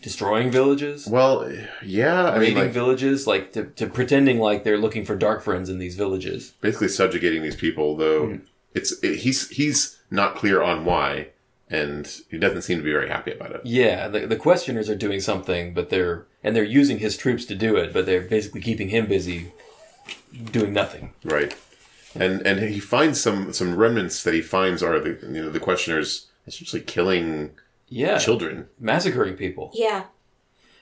[SPEAKER 1] destroying villages,
[SPEAKER 3] Well, yeah. I mean,
[SPEAKER 1] raiding
[SPEAKER 3] like,
[SPEAKER 1] villages, like to, to pretending like they're looking for dark friends in these villages.
[SPEAKER 3] basically subjugating these people though it's it, he's he's not clear on why and he doesn't seem to be very happy about it
[SPEAKER 1] Yeah, the, the questioners are doing something, but they're and they're using his troops to do it, but they're basically keeping him busy doing nothing.
[SPEAKER 3] right and and he finds some some remnants that he finds are the you know the questioners essentially killing
[SPEAKER 1] Yeah,
[SPEAKER 3] children
[SPEAKER 1] massacring people.
[SPEAKER 2] Yeah.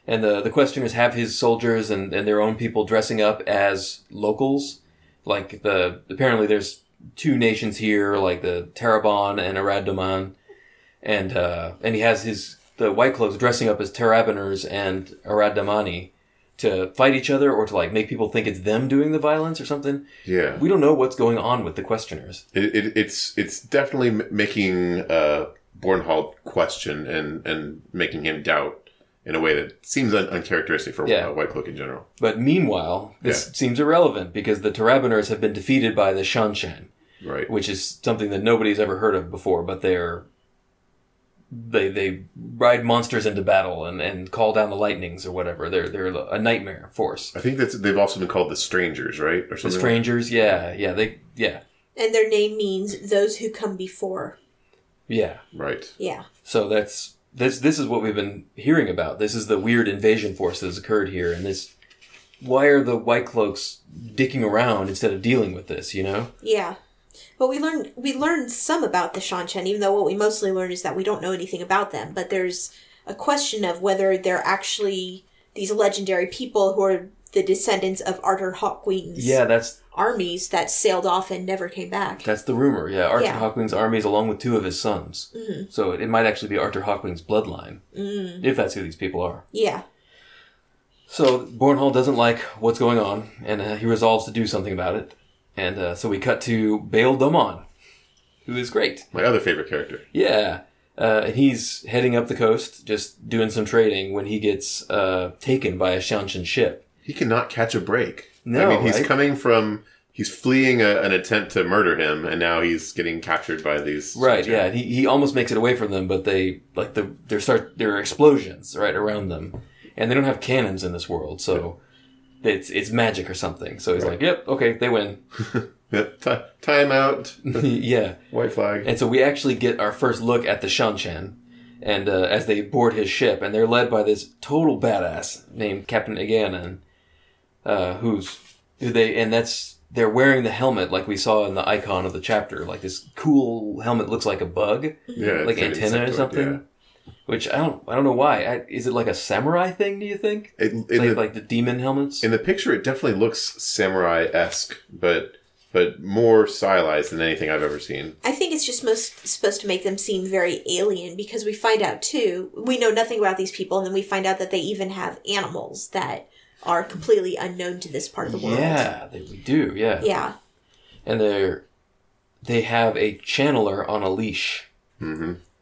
[SPEAKER 1] And the the questioners have his soldiers and, and their own people dressing up as locals. Like the apparently there's two nations here, like the Terabon and Aradaman, and uh, and he has his the white clothes dressing up as Teraboners and Aradamani to fight each other or to like make people think it's them doing the violence or something.
[SPEAKER 3] yeah
[SPEAKER 1] We don't know what's going on with the questioners.
[SPEAKER 3] it, it, it's it's definitely m- making uh bornhall question and and making him doubt in a way that seems un- uncharacteristic for
[SPEAKER 1] Yeah.
[SPEAKER 3] uh, white cloak in general
[SPEAKER 1] But meanwhile, this
[SPEAKER 3] Yeah.
[SPEAKER 1] seems irrelevant because the Terabiners have been defeated by the Shanshan,
[SPEAKER 3] right
[SPEAKER 1] which is something that nobody's ever heard of before, but they're they they ride monsters into battle and, and call down the lightnings or whatever. They're they're a nightmare force.
[SPEAKER 3] i think that's they've also been called the strangers right or
[SPEAKER 1] The
[SPEAKER 3] something like-
[SPEAKER 1] strangers, yeah, yeah, they yeah.
[SPEAKER 2] And their name means those who come before.
[SPEAKER 1] Yeah.
[SPEAKER 3] right
[SPEAKER 2] Yeah.
[SPEAKER 1] So that's this this is what we've been hearing about. This is the weird invasion force that has occurred here and this why are the white cloaks dicking around instead of dealing with this, you know?
[SPEAKER 2] Yeah. But we learned we learned some about the Shanchen, even though what we mostly learn is that we don't know anything about them. But there's a question of whether they're actually these legendary people who are the descendants of Arthur Hawkwing's
[SPEAKER 1] Yeah, that's
[SPEAKER 2] armies that sailed off and never came back.
[SPEAKER 1] that's the rumor. Yeah, Arthur
[SPEAKER 2] Yeah.
[SPEAKER 1] Hawkwing's army is along with two of his sons. Mm-hmm. So it, it might actually be Arthur Hawkwing's bloodline, mm. if that's who these people are.
[SPEAKER 2] Yeah.
[SPEAKER 1] So Bornhall doesn't like what's going on, and uh, he resolves to do something about it. And uh, so we cut to Bail Domon, who is great.
[SPEAKER 3] my other favorite character
[SPEAKER 1] Yeah. Uh, and he's heading up the coast, just doing some trading, when he gets uh, taken by a Shanshan ship.
[SPEAKER 3] he cannot catch a break.
[SPEAKER 1] No,
[SPEAKER 3] I mean he's
[SPEAKER 1] right?
[SPEAKER 3] coming from he's fleeing a, an attempt to murder him, and now he's getting captured by these.
[SPEAKER 1] Right, yeah. and He, he almost makes it away from them, but they like the there start there are explosions right around them, and they don't have cannons in this world, so it's it's magic or something. So he's like, "Yep, okay, they win." <laughs>
[SPEAKER 3] <laughs> Ti- time out.
[SPEAKER 1] yeah,
[SPEAKER 3] White flag.
[SPEAKER 1] and so we actually get our first look at the Shanshan, and uh, as they board his ship, and they're led by this total badass named Captain Aganon, uh, who's who they and that's they're wearing the helmet like we saw in the icon of the chapter. Like this cool helmet looks like a bug,
[SPEAKER 3] Yeah,
[SPEAKER 1] like
[SPEAKER 3] it's an
[SPEAKER 1] antenna or
[SPEAKER 3] insectoid,
[SPEAKER 1] something.
[SPEAKER 3] yeah.
[SPEAKER 1] Which I don't I don't know why. I, is it like a samurai thing? Do you think?
[SPEAKER 3] It, in,
[SPEAKER 1] like,
[SPEAKER 3] the,
[SPEAKER 1] like the demon helmets.
[SPEAKER 3] in the picture, it definitely looks samurai esque, but but more stylized than anything I've ever seen.
[SPEAKER 2] I think it's just most supposed to make them seem very alien because we find out too we know nothing about these people and then we find out that they even have animals that are completely unknown to this part of the world.
[SPEAKER 1] yeah, they, we do. Yeah.
[SPEAKER 2] Yeah.
[SPEAKER 1] and they're they have a channeler on a leash.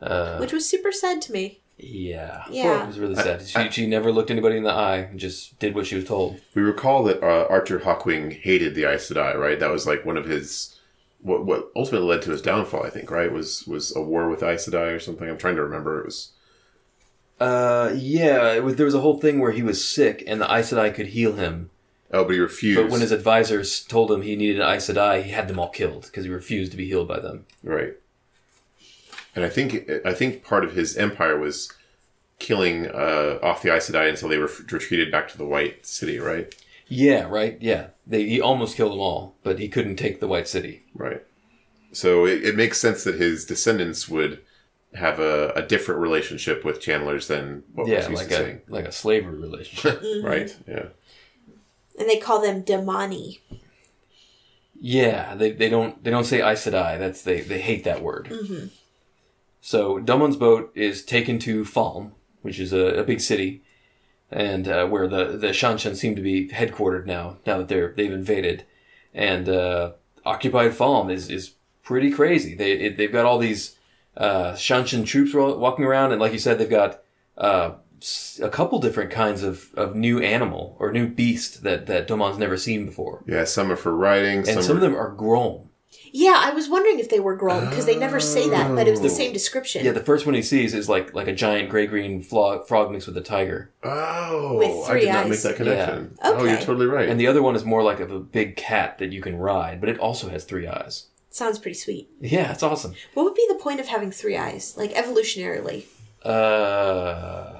[SPEAKER 1] Uh,
[SPEAKER 2] Which was super sad to me.
[SPEAKER 1] yeah,
[SPEAKER 2] Yeah.
[SPEAKER 1] it was really sad. She, she never looked anybody in the eye and just did what she was told.
[SPEAKER 3] We recall that uh, Archer Hawkwing hated the Aes Sedai, right? That was like one of his what what ultimately led to his downfall. I think right was was a war with Aes Sedai or something. I'm trying to remember. It was
[SPEAKER 1] Uh, yeah, it was, there was a whole thing where he was sick and the Aes Sedai could heal him,
[SPEAKER 3] oh, but he refused.
[SPEAKER 1] but when his advisors told him he needed an Aes Sedai, he had them all killed because he refused to be healed by them.
[SPEAKER 3] Right. And I think I think part of his empire was killing uh, off the Aes Sedai until they were retreated back to the White City, right?
[SPEAKER 1] Yeah, right. Yeah, they he almost killed them all, but he couldn't take the White City.
[SPEAKER 3] Right. So it, it makes sense that his descendants would have a, a different relationship with Chandler's than what
[SPEAKER 1] yeah,
[SPEAKER 3] we're used
[SPEAKER 1] like
[SPEAKER 3] to
[SPEAKER 1] a
[SPEAKER 3] seeing.
[SPEAKER 1] like a slavery relationship.
[SPEAKER 2] Mm-hmm.
[SPEAKER 3] Right. Yeah.
[SPEAKER 2] And they call them Demani.
[SPEAKER 1] yeah, they, they don't they don't say Aes Sedai. That's they they hate that word. So Damon's boat is taken to Falm, which is a, a big city, and uh, where the the Shanshan seem to be headquartered now. Now that they're they've invaded, and uh, occupied Falm is is pretty crazy. They it, they've got all these uh, Shanshan troops ro- walking around, and like you said, they've got uh, s- a couple different kinds of, of new animal or new beast that that Domon's never seen before,
[SPEAKER 3] Yeah. Some are for riding.
[SPEAKER 1] and
[SPEAKER 3] some,
[SPEAKER 1] some
[SPEAKER 3] are,
[SPEAKER 1] of them are grown.
[SPEAKER 2] Yeah, I was wondering if they were grown because they never say that, but it was the same description.
[SPEAKER 1] Oh. Yeah, the first one he sees is like like a giant gray green frog, frog mixed with a tiger,
[SPEAKER 3] Oh,
[SPEAKER 2] With
[SPEAKER 3] I did
[SPEAKER 2] three
[SPEAKER 3] not make
[SPEAKER 2] eyes.
[SPEAKER 3] that connection.
[SPEAKER 2] Yeah.
[SPEAKER 3] Oh, you're
[SPEAKER 2] Okay.
[SPEAKER 3] totally right.
[SPEAKER 1] and the other one is more like of a big cat that you can ride, but it also has three eyes.
[SPEAKER 2] Sounds pretty sweet.
[SPEAKER 1] Yeah, it's awesome.
[SPEAKER 2] What would be the point of having three eyes, like evolutionarily?
[SPEAKER 1] Uh,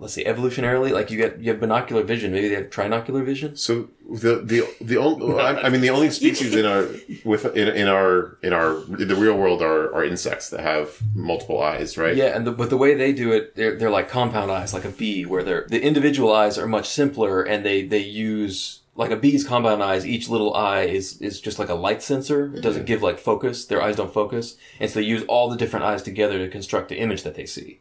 [SPEAKER 1] let's see, evolutionarily, like you get you have binocular vision. Maybe they have trinocular vision.
[SPEAKER 3] So the the the only I, I mean
[SPEAKER 2] <laughs>
[SPEAKER 3] the only species in our with in, in our in our in the real world are, are insects that have multiple eyes, right?
[SPEAKER 1] Yeah, and the, but the way they do it, they're, they're like compound eyes, like a bee, where they're the individual eyes are much simpler, and they they use like a bee's compound eyes. Each little eye is is just like a light sensor. It doesn't give like focus. Their eyes don't focus, and so they use all the different eyes together to construct the image that they see.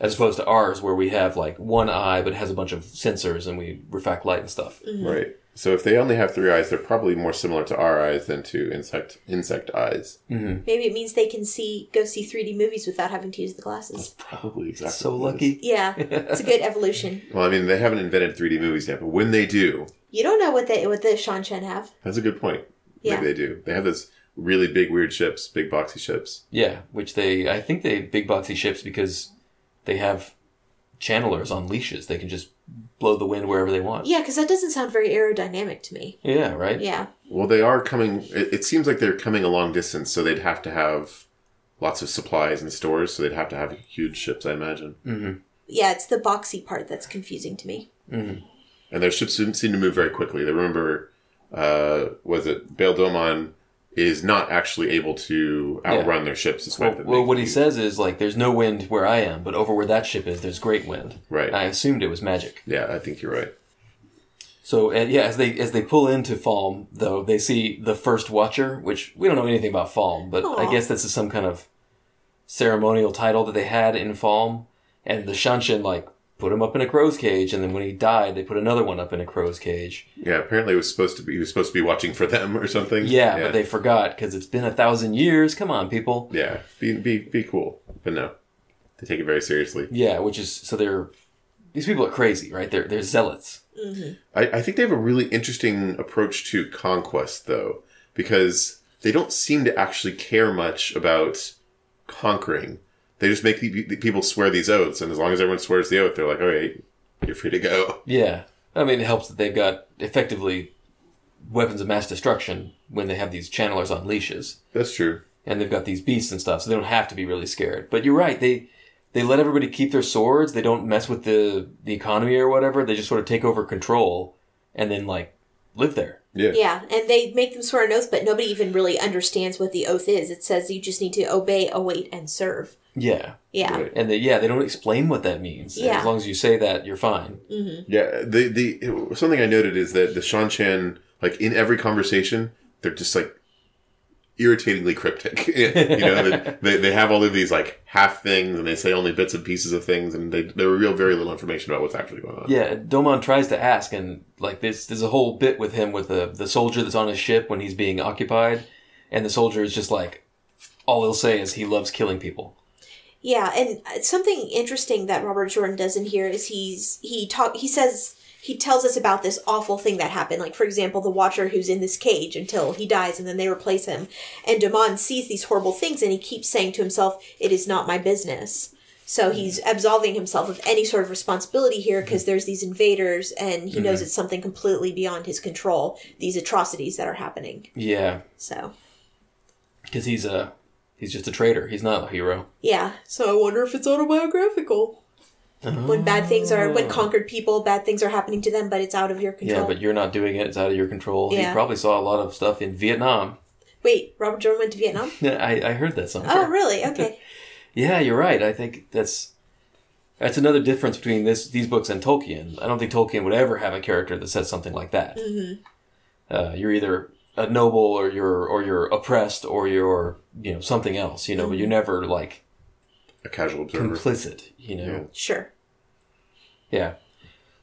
[SPEAKER 1] As opposed to ours, where we have like one eye but it has a bunch of sensors and we refract light and stuff.
[SPEAKER 2] Mm-hmm.
[SPEAKER 3] Right. So if they only have three eyes, they're probably more similar to our eyes than to insect insect eyes.
[SPEAKER 1] Hmm.
[SPEAKER 2] Maybe it means they can see go see 3D movies without having to use the
[SPEAKER 1] <laughs>
[SPEAKER 2] glasses.
[SPEAKER 3] Probably exactly.
[SPEAKER 1] So
[SPEAKER 3] what it is.
[SPEAKER 1] lucky.
[SPEAKER 2] Yeah, it's a good evolution.
[SPEAKER 3] Well, I mean, they haven't invented 3D movies yet, but when they do,
[SPEAKER 2] You don't know what they what the Shan Chen have.
[SPEAKER 3] that's a good point.
[SPEAKER 2] Yeah.
[SPEAKER 3] Maybe they do. They have those really big weird ships, big boxy ships.
[SPEAKER 1] Yeah, which they I think they big boxy ships because they have channelers on leashes. They can just blow the wind wherever they want.
[SPEAKER 2] Yeah, because that doesn't sound very aerodynamic to me.
[SPEAKER 1] Yeah, right?
[SPEAKER 2] Yeah,
[SPEAKER 3] Well, they are coming. It, it seems like they're coming a long distance, so they'd have to have lots of supplies and stores. So they'd have to have huge ships, I imagine.
[SPEAKER 1] Mm.
[SPEAKER 2] yeah, it's the boxy part that's confusing to me.
[SPEAKER 3] And their ships seem seem to move very quickly. They remember, uh, was it Bail Domon is not actually able to outrun their ships, despite
[SPEAKER 1] Well,
[SPEAKER 3] them
[SPEAKER 1] well,
[SPEAKER 3] being
[SPEAKER 1] what he
[SPEAKER 3] huge.
[SPEAKER 1] says is like, there's no wind where I am, but over where that ship is, there's great wind.
[SPEAKER 3] Right.
[SPEAKER 1] And I assumed it was magic.
[SPEAKER 3] Yeah, I think you're right.
[SPEAKER 1] So and yeah, as they as they pull into Falm, though, they see the first Watcher, which we don't know anything about Falm, but
[SPEAKER 2] Aw.
[SPEAKER 1] I guess this is some kind of ceremonial title that they had in Falm, and the Shanshin like put him up in a crow's cage, and then when he died, they put another one up in a crow's cage.
[SPEAKER 3] Yeah, apparently it was supposed to be he was supposed to be watching for them <laughs> or something.
[SPEAKER 1] Yeah, but they forgot because it's been a thousand years. Come on, people.
[SPEAKER 3] yeah be be be cool, but no, they take it very seriously.
[SPEAKER 1] Yeah, which is so they're these people are crazy, right? They're they're zealots.
[SPEAKER 3] I, I think they have a really interesting approach to conquest, though, because they don't seem to actually care much about conquering. They just make the, the people swear these oaths, and as long as everyone swears the oath, they're like, all right, you're free to go.
[SPEAKER 1] Yeah, I mean it helps that they've got effectively weapons of mass destruction when they have these channelers on leashes,
[SPEAKER 3] That's true.
[SPEAKER 1] and they've got these beasts and stuff, so they don't have to be really scared. But you're right, they they let everybody keep their swords. They don't mess with the the economy or whatever. They just sort of take over control. and then like live there.
[SPEAKER 3] Yeah.
[SPEAKER 2] Yeah, and they make them swear an oath, but nobody even really understands what the oath is. It says you just need to obey, await, and serve.
[SPEAKER 1] Yeah.
[SPEAKER 2] Yeah.
[SPEAKER 3] Right.
[SPEAKER 1] And they, yeah, they don't explain what that means. And
[SPEAKER 2] Yeah.
[SPEAKER 1] As long as you say that, you're fine.
[SPEAKER 3] Yeah, the the something I noted is that the Shan Chan, like in every conversation, they're just like irritatingly cryptic. <laughs> you know, they, they have all of these like half things, and they say only bits and pieces of things, and they they reveal very little information about what's actually going on.
[SPEAKER 1] Yeah, Domon tries to ask, and like this, there's a whole bit with him with the the soldier that's on his ship when he's being occupied, and the soldier is just like, all he'll say is he loves killing people.
[SPEAKER 2] Yeah, and uh, something interesting that Robert Jordan does in here is he's he talk he says he tells us about this awful thing that happened. Like for example, the Watcher who's in this cage until he dies, and then they replace him. And Damon sees these horrible things, and he keeps saying to himself, "It is not my business." So he's absolving himself of any sort of responsibility here because there's these invaders, and he knows it's something completely beyond his control. These atrocities that are happening.
[SPEAKER 1] Yeah,
[SPEAKER 2] So
[SPEAKER 1] because he's a he's just a traitor. He's not a hero.
[SPEAKER 2] Yeah. So I wonder if it's autobiographical. When bad things are when conquered people, bad things are happening to them, but it's out of your control.
[SPEAKER 1] Oh. Yeah, but you're not doing it. It's out of your control.
[SPEAKER 2] Yeah.
[SPEAKER 1] He probably saw a lot of stuff in Vietnam. <laughs>
[SPEAKER 2] Wait, Robert Jordan went to Vietnam?
[SPEAKER 1] I, I heard that somewhere.
[SPEAKER 2] Oh, really? Okay.
[SPEAKER 1] <laughs> Yeah, you're right. I think that's that's another difference between this these books and Tolkien. I don't think Tolkien would ever have a character that says something like that. Uh, you're either a noble or you're or you're oppressed or you're you know something else. You know, but you're never like
[SPEAKER 3] A casual observer.
[SPEAKER 1] complicit. You know,
[SPEAKER 2] Sure.
[SPEAKER 1] yeah.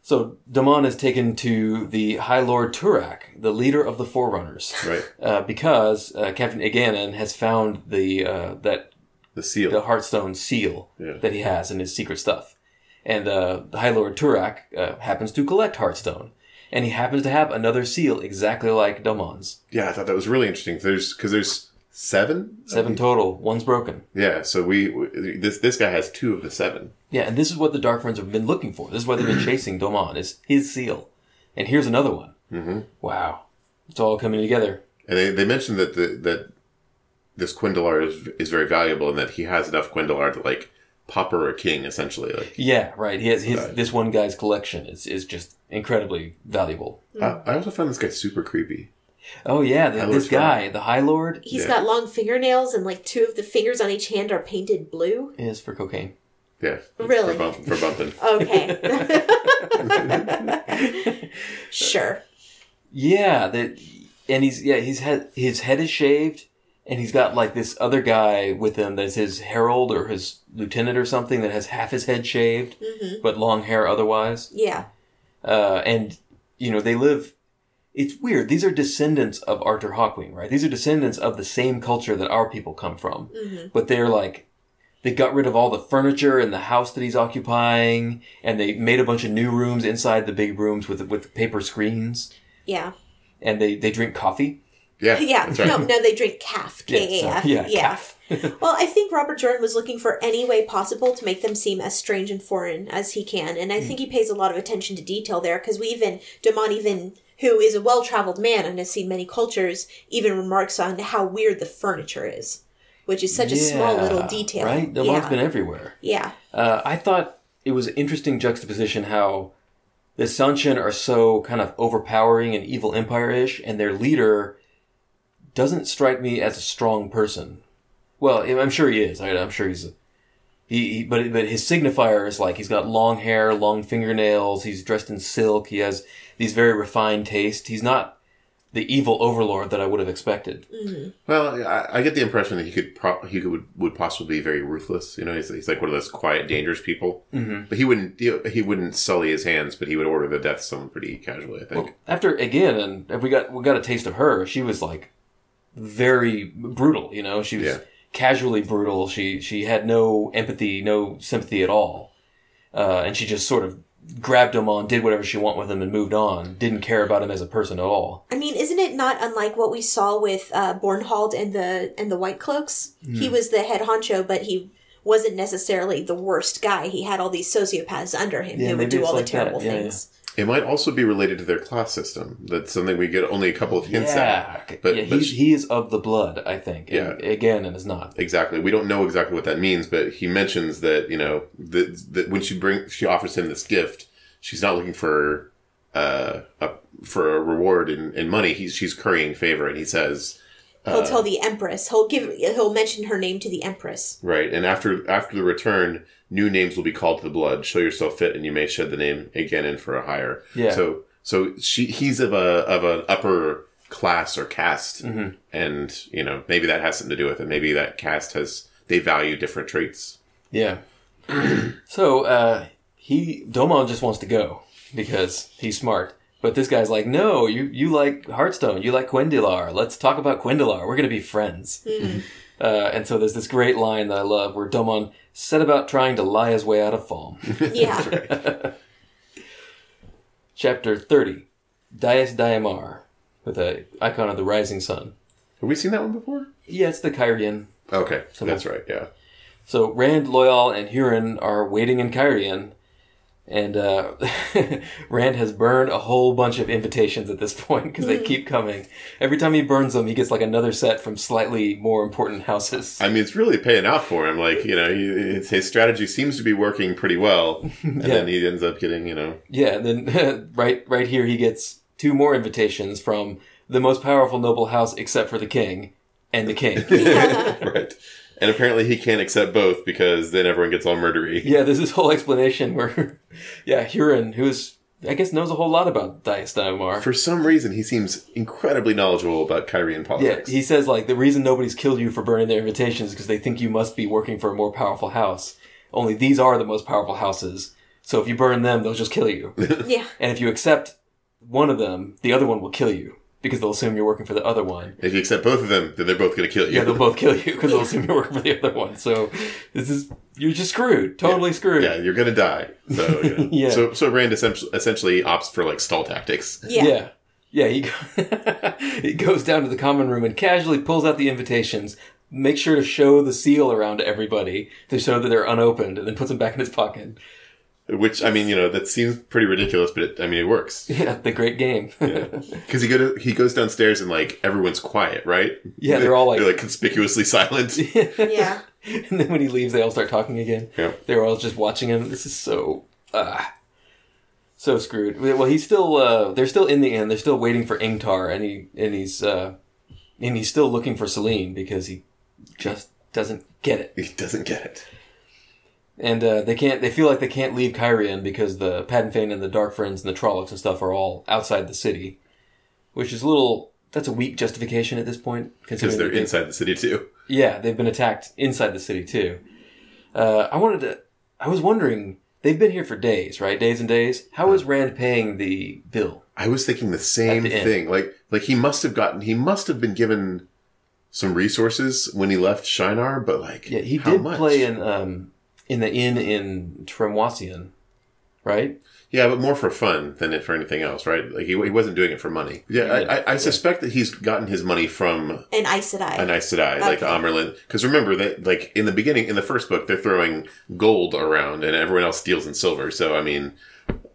[SPEAKER 1] So Damon is taken to the High Lord Turak, the leader of the Forerunners,
[SPEAKER 3] Right.
[SPEAKER 1] uh, because uh, Captain Eganon has found the uh, that
[SPEAKER 3] The seal.
[SPEAKER 1] the Heartstone seal
[SPEAKER 3] Yeah.
[SPEAKER 1] that he has in his secret stuff. And uh, the High Lord Turak uh, happens to collect Heartstone, and he happens to have another seal exactly like Domon's.
[SPEAKER 3] Yeah, I thought that was really interesting. There's because there's seven.
[SPEAKER 1] Seven total, one's broken.
[SPEAKER 3] Yeah, so we we- this this guy has two of the seven.
[SPEAKER 1] Yeah, and this is what the Dark Friends have been looking for. This is why they've <clears throat> been chasing Domon. Is his seal, and here's another one. Mm-hmm. Wow, it's all coming together.
[SPEAKER 3] And they, they mentioned that the, that this Quindalar is, is very valuable and that he has enough Quindalar to like popper a king essentially. Like
[SPEAKER 1] Yeah, right. He has his this one guy's collection is is just incredibly valuable.
[SPEAKER 2] Hmm.
[SPEAKER 3] I, I also found this guy super creepy.
[SPEAKER 1] Oh yeah, th-
[SPEAKER 3] High
[SPEAKER 1] this
[SPEAKER 3] Lord's
[SPEAKER 1] guy, the High Lord,
[SPEAKER 2] He's
[SPEAKER 3] Yeah.
[SPEAKER 2] got long fingernails and like two of the fingers on each hand are painted blue.
[SPEAKER 1] is for cocaine.
[SPEAKER 3] Yeah,
[SPEAKER 2] Really?
[SPEAKER 3] for, bump, for bumping.
[SPEAKER 1] <laughs>
[SPEAKER 2] Okay. <laughs> sure.
[SPEAKER 1] Yeah, that and he's yeah, he's had his head is shaved and he's got like this other guy with him that's his herald or his lieutenant or something that has half his head shaved but long hair otherwise.
[SPEAKER 2] Yeah.
[SPEAKER 1] Uh, and you know, they live it's weird. These are descendants of Arthur Hawkwing, right? These are descendants of the same culture that our people come from. But they're like they got rid of all the furniture in the house that he's occupying and they made a bunch of new rooms inside the big rooms with with paper screens
[SPEAKER 2] Yeah.
[SPEAKER 1] and they, they drink coffee.
[SPEAKER 2] <laughs>
[SPEAKER 3] Yeah,
[SPEAKER 2] Yeah.
[SPEAKER 3] <laughs> that's right.
[SPEAKER 2] No, no, they drink calf. K A
[SPEAKER 1] Yeah,
[SPEAKER 2] F.
[SPEAKER 1] sorry.
[SPEAKER 2] Yeah.
[SPEAKER 1] Yeah,
[SPEAKER 2] well, I think Robert Jordan was looking for any way possible to make them seem as strange and foreign as he can. And I think he pays a lot of attention to detail there because we even, Damon even, who is a well traveled man and has seen many cultures, even remarks on how weird the furniture is, which is such a small
[SPEAKER 1] Yeah,
[SPEAKER 2] little detail.
[SPEAKER 1] Right? The
[SPEAKER 2] yeah.
[SPEAKER 1] has been everywhere.
[SPEAKER 2] yeah.
[SPEAKER 1] Uh, I thought it was an interesting juxtaposition how the Sanshin are so kind of overpowering and evil empire ish, and their leader doesn't strike me as a strong person. Well, I- I'm sure he is. I- I'm sure he's. A, he, he, but but his signifier is like he's got long hair, long fingernails. He's dressed in silk. He has these very refined tastes. He's not the evil overlord that I would have expected.
[SPEAKER 3] Well, I, I get the impression that he could pro- he could, would possibly be very ruthless. You know, he's, he's like one of those quiet, dangerous people. Mm-hmm. But he wouldn't he, he wouldn't sully his hands, but he would order the death of someone pretty casually. I think.
[SPEAKER 1] after again and if we got we got a taste of her she was like very brutal you know she was
[SPEAKER 3] Yeah.
[SPEAKER 1] casually brutal she she had no empathy no sympathy at all uh, and she just sort of grabbed him on did whatever she want with him and moved on didn't care about him as a person at all
[SPEAKER 2] I mean, isn't it not unlike what we saw with uh, Bornhold and the and the White Cloaks?
[SPEAKER 1] Hmm.
[SPEAKER 2] He was the head honcho, but he wasn't necessarily the worst guy. He had all these sociopaths under him
[SPEAKER 1] Yeah,
[SPEAKER 2] who would
[SPEAKER 1] maybe
[SPEAKER 2] do
[SPEAKER 1] it's
[SPEAKER 2] all
[SPEAKER 1] like
[SPEAKER 2] the
[SPEAKER 1] that.
[SPEAKER 2] terrible
[SPEAKER 1] Yeah,
[SPEAKER 2] things.
[SPEAKER 3] It might also be related to their class system. That's something we get only a couple of hints
[SPEAKER 1] yeah,
[SPEAKER 3] at.
[SPEAKER 1] yeah
[SPEAKER 3] but
[SPEAKER 1] he's, he is of the blood i think and
[SPEAKER 3] Yeah.
[SPEAKER 1] again and is not
[SPEAKER 3] Exactly. We don't know exactly what that means, but he mentions that you know that, that when she bring she offers him this gift, she's not looking for uh, up for a reward in, in money. He's she's currying favor, and he says,
[SPEAKER 1] Uh,
[SPEAKER 2] He'll tell the Empress. He'll give. He'll mention her name to the
[SPEAKER 1] <laughs>
[SPEAKER 2] Empress.
[SPEAKER 3] right, and after after the return, new names will be called to the blood. Show yourself fit, and you may shed the name again in for a hire.
[SPEAKER 1] Yeah.
[SPEAKER 3] So so she he's of a of an upper class or caste, and you know maybe that has something to do with it. Maybe that caste has they value different traits.
[SPEAKER 1] Yeah. <clears throat> so uh, he Domon just wants to go because he's smart. But this guy's like, no, you, you like Hearthstone, you like Quendilar. Let's talk about Quendilar. We're gonna be friends. <laughs> Uh, and so there's this great line that I love where Domon set about trying to lie his way out of Falm.
[SPEAKER 2] <laughs> Yeah.
[SPEAKER 1] Chapter thirty, Dias Diamar, with a icon of the rising sun.
[SPEAKER 3] Have we seen that one before?
[SPEAKER 1] Yeah, it's the Kyrian.
[SPEAKER 3] Okay, that's right. Yeah.
[SPEAKER 1] So Rand, Loyal, and Huron are waiting in Kyrian, and uh, <laughs> Rand has burned a whole bunch of invitations at this <laughs> point because they keep coming. Every time he burns them, he gets like another set from slightly more important houses.
[SPEAKER 3] I mean, it's really paying out for him. Like, you know, he, it's, his strategy seems to be working
[SPEAKER 1] <laughs>
[SPEAKER 3] pretty well, and then he ends up getting, you know,
[SPEAKER 1] yeah, and then <laughs> right right here he gets two more invitations from the most powerful noble house except for the king and the king. <laughs>
[SPEAKER 3] right. And apparently, he can't accept both because then everyone gets all murdery.
[SPEAKER 1] yeah, there's this whole explanation where, <laughs> yeah, Huron, who's I guess knows a whole lot about Dias Diamar.
[SPEAKER 3] For some reason, he seems incredibly knowledgeable about Kyrian
[SPEAKER 1] Yeah,
[SPEAKER 3] politics.
[SPEAKER 1] he says like the reason nobody's killed you for burning their invitations is because they think you must be working for a more powerful house. Only these are the most powerful houses, so if you burn them, they'll just kill
[SPEAKER 3] <laughs>
[SPEAKER 1] you. and
[SPEAKER 2] Yeah.
[SPEAKER 1] if you accept one of them, the other one will kill you because they'll assume you're working for the other one.
[SPEAKER 3] if you accept both of them, then they're both going to kill you.
[SPEAKER 1] Yeah, they'll both kill you because they'll assume you're working for the other one. So this is you're just screwed, totally screwed.
[SPEAKER 3] Yeah, you're going to die.
[SPEAKER 1] <laughs>
[SPEAKER 3] So, you know.
[SPEAKER 1] Yeah.
[SPEAKER 3] so, so Rand essentially, essentially opts for like stall tactics.
[SPEAKER 2] Yeah.
[SPEAKER 1] Yeah. Yeah, he, go- <laughs> he goes down to the common room and casually pulls out the invitations, makes sure to show the seal around to everybody to show that they're unopened, and then puts them back in his pocket. <laughs>
[SPEAKER 3] Which I mean, you know, that seems pretty ridiculous, but it, I mean, it works
[SPEAKER 1] Yeah, the great game.
[SPEAKER 3] because he go to, he goes downstairs and like everyone's quiet, right?
[SPEAKER 1] Yeah, they're all, like-
[SPEAKER 3] they're like
[SPEAKER 1] <laughs>
[SPEAKER 3] conspicuously silent.
[SPEAKER 2] Yeah.
[SPEAKER 1] <laughs> and then when he leaves, they all start talking again.
[SPEAKER 3] Yeah.
[SPEAKER 1] They're all just watching him. This is so. ah so screwed. Well, he's still. Uh, they're still in the inn. They're still waiting for Ingtar, and he and he's uh, and he's still looking for Celine because he just doesn't get it.
[SPEAKER 3] He doesn't get it.
[SPEAKER 1] and uh, they can't. They feel like they can't leave Kyrian because the Padanfane and the Dark Friends and the Trollocs and stuff are all outside the city, which is a little. That's a weak justification at this point,
[SPEAKER 3] Because
[SPEAKER 1] considering
[SPEAKER 3] they're
[SPEAKER 1] that they-
[SPEAKER 3] inside the city too.
[SPEAKER 1] Yeah, they've been attacked inside the city too. Uh, I wanted to. I was wondering. They've been here for days, right? Days and days. How is Rand paying the bill?
[SPEAKER 3] I was thinking the same
[SPEAKER 1] At the end.
[SPEAKER 3] thing. Like like he must have gotten he must have been given some resources when he left Shinar, but like
[SPEAKER 1] Yeah, he
[SPEAKER 3] how
[SPEAKER 1] did
[SPEAKER 3] much?
[SPEAKER 1] play in um, in the inn in Tremwasian, right?
[SPEAKER 3] Yeah, but more for fun than it for anything else, right? Like he, he wasn't doing it for money. Yeah, I, I, I suspect that he's gotten his money from
[SPEAKER 2] And Aes Sedai.
[SPEAKER 3] an Aes Sedai, like
[SPEAKER 2] Okay.
[SPEAKER 3] Amerlin. Because remember that, like in the beginning, in the first book, they're throwing gold around, and everyone else deals in silver. So I mean,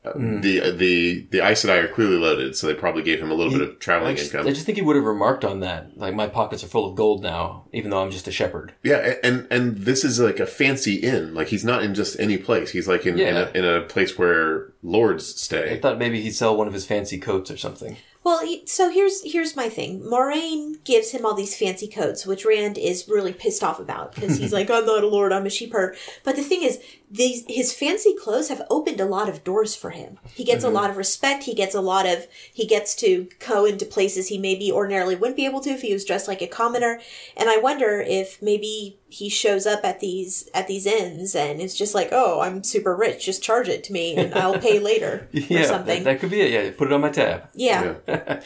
[SPEAKER 3] uh the the the Aes Sedai are clearly loaded, so they probably gave him a little bit of
[SPEAKER 1] I
[SPEAKER 3] traveling
[SPEAKER 1] just,
[SPEAKER 3] income.
[SPEAKER 1] I just think he would have remarked on that. Like my pockets are full of gold now, even though I'm just a shepherd.
[SPEAKER 3] Yeah, a- and and this is like a fancy inn. Like he's not in just any place. He's like in
[SPEAKER 1] Yeah.
[SPEAKER 3] in, a, in a place where lords
[SPEAKER 1] I
[SPEAKER 3] stay.
[SPEAKER 1] thought maybe he'd sell one of his fancy coats or something.
[SPEAKER 2] Well, he- so here's here's my thing. Moraine gives him all these fancy coats, which Rand is really pissed off about because
[SPEAKER 1] <laughs>
[SPEAKER 2] he's like, "I'm not a lord, I'm a sheeperd." But the thing is, these his fancy clothes have opened a lot of doors for him. He gets
[SPEAKER 1] Mm-hmm.
[SPEAKER 2] a lot of respect. He gets a lot of he gets to go into places he maybe ordinarily wouldn't be able to if he was dressed like a commoner. And I wonder if maybe he shows up at these at these inns and it's just like, "Oh, I'm super rich. Just charge it to me, and I'll
[SPEAKER 1] <laughs>
[SPEAKER 2] pay later
[SPEAKER 1] <laughs> Yeah,
[SPEAKER 2] or
[SPEAKER 1] that-
[SPEAKER 2] something."
[SPEAKER 1] That, could be it. Yeah, put it on my tab.
[SPEAKER 2] yeah.
[SPEAKER 3] Yeah.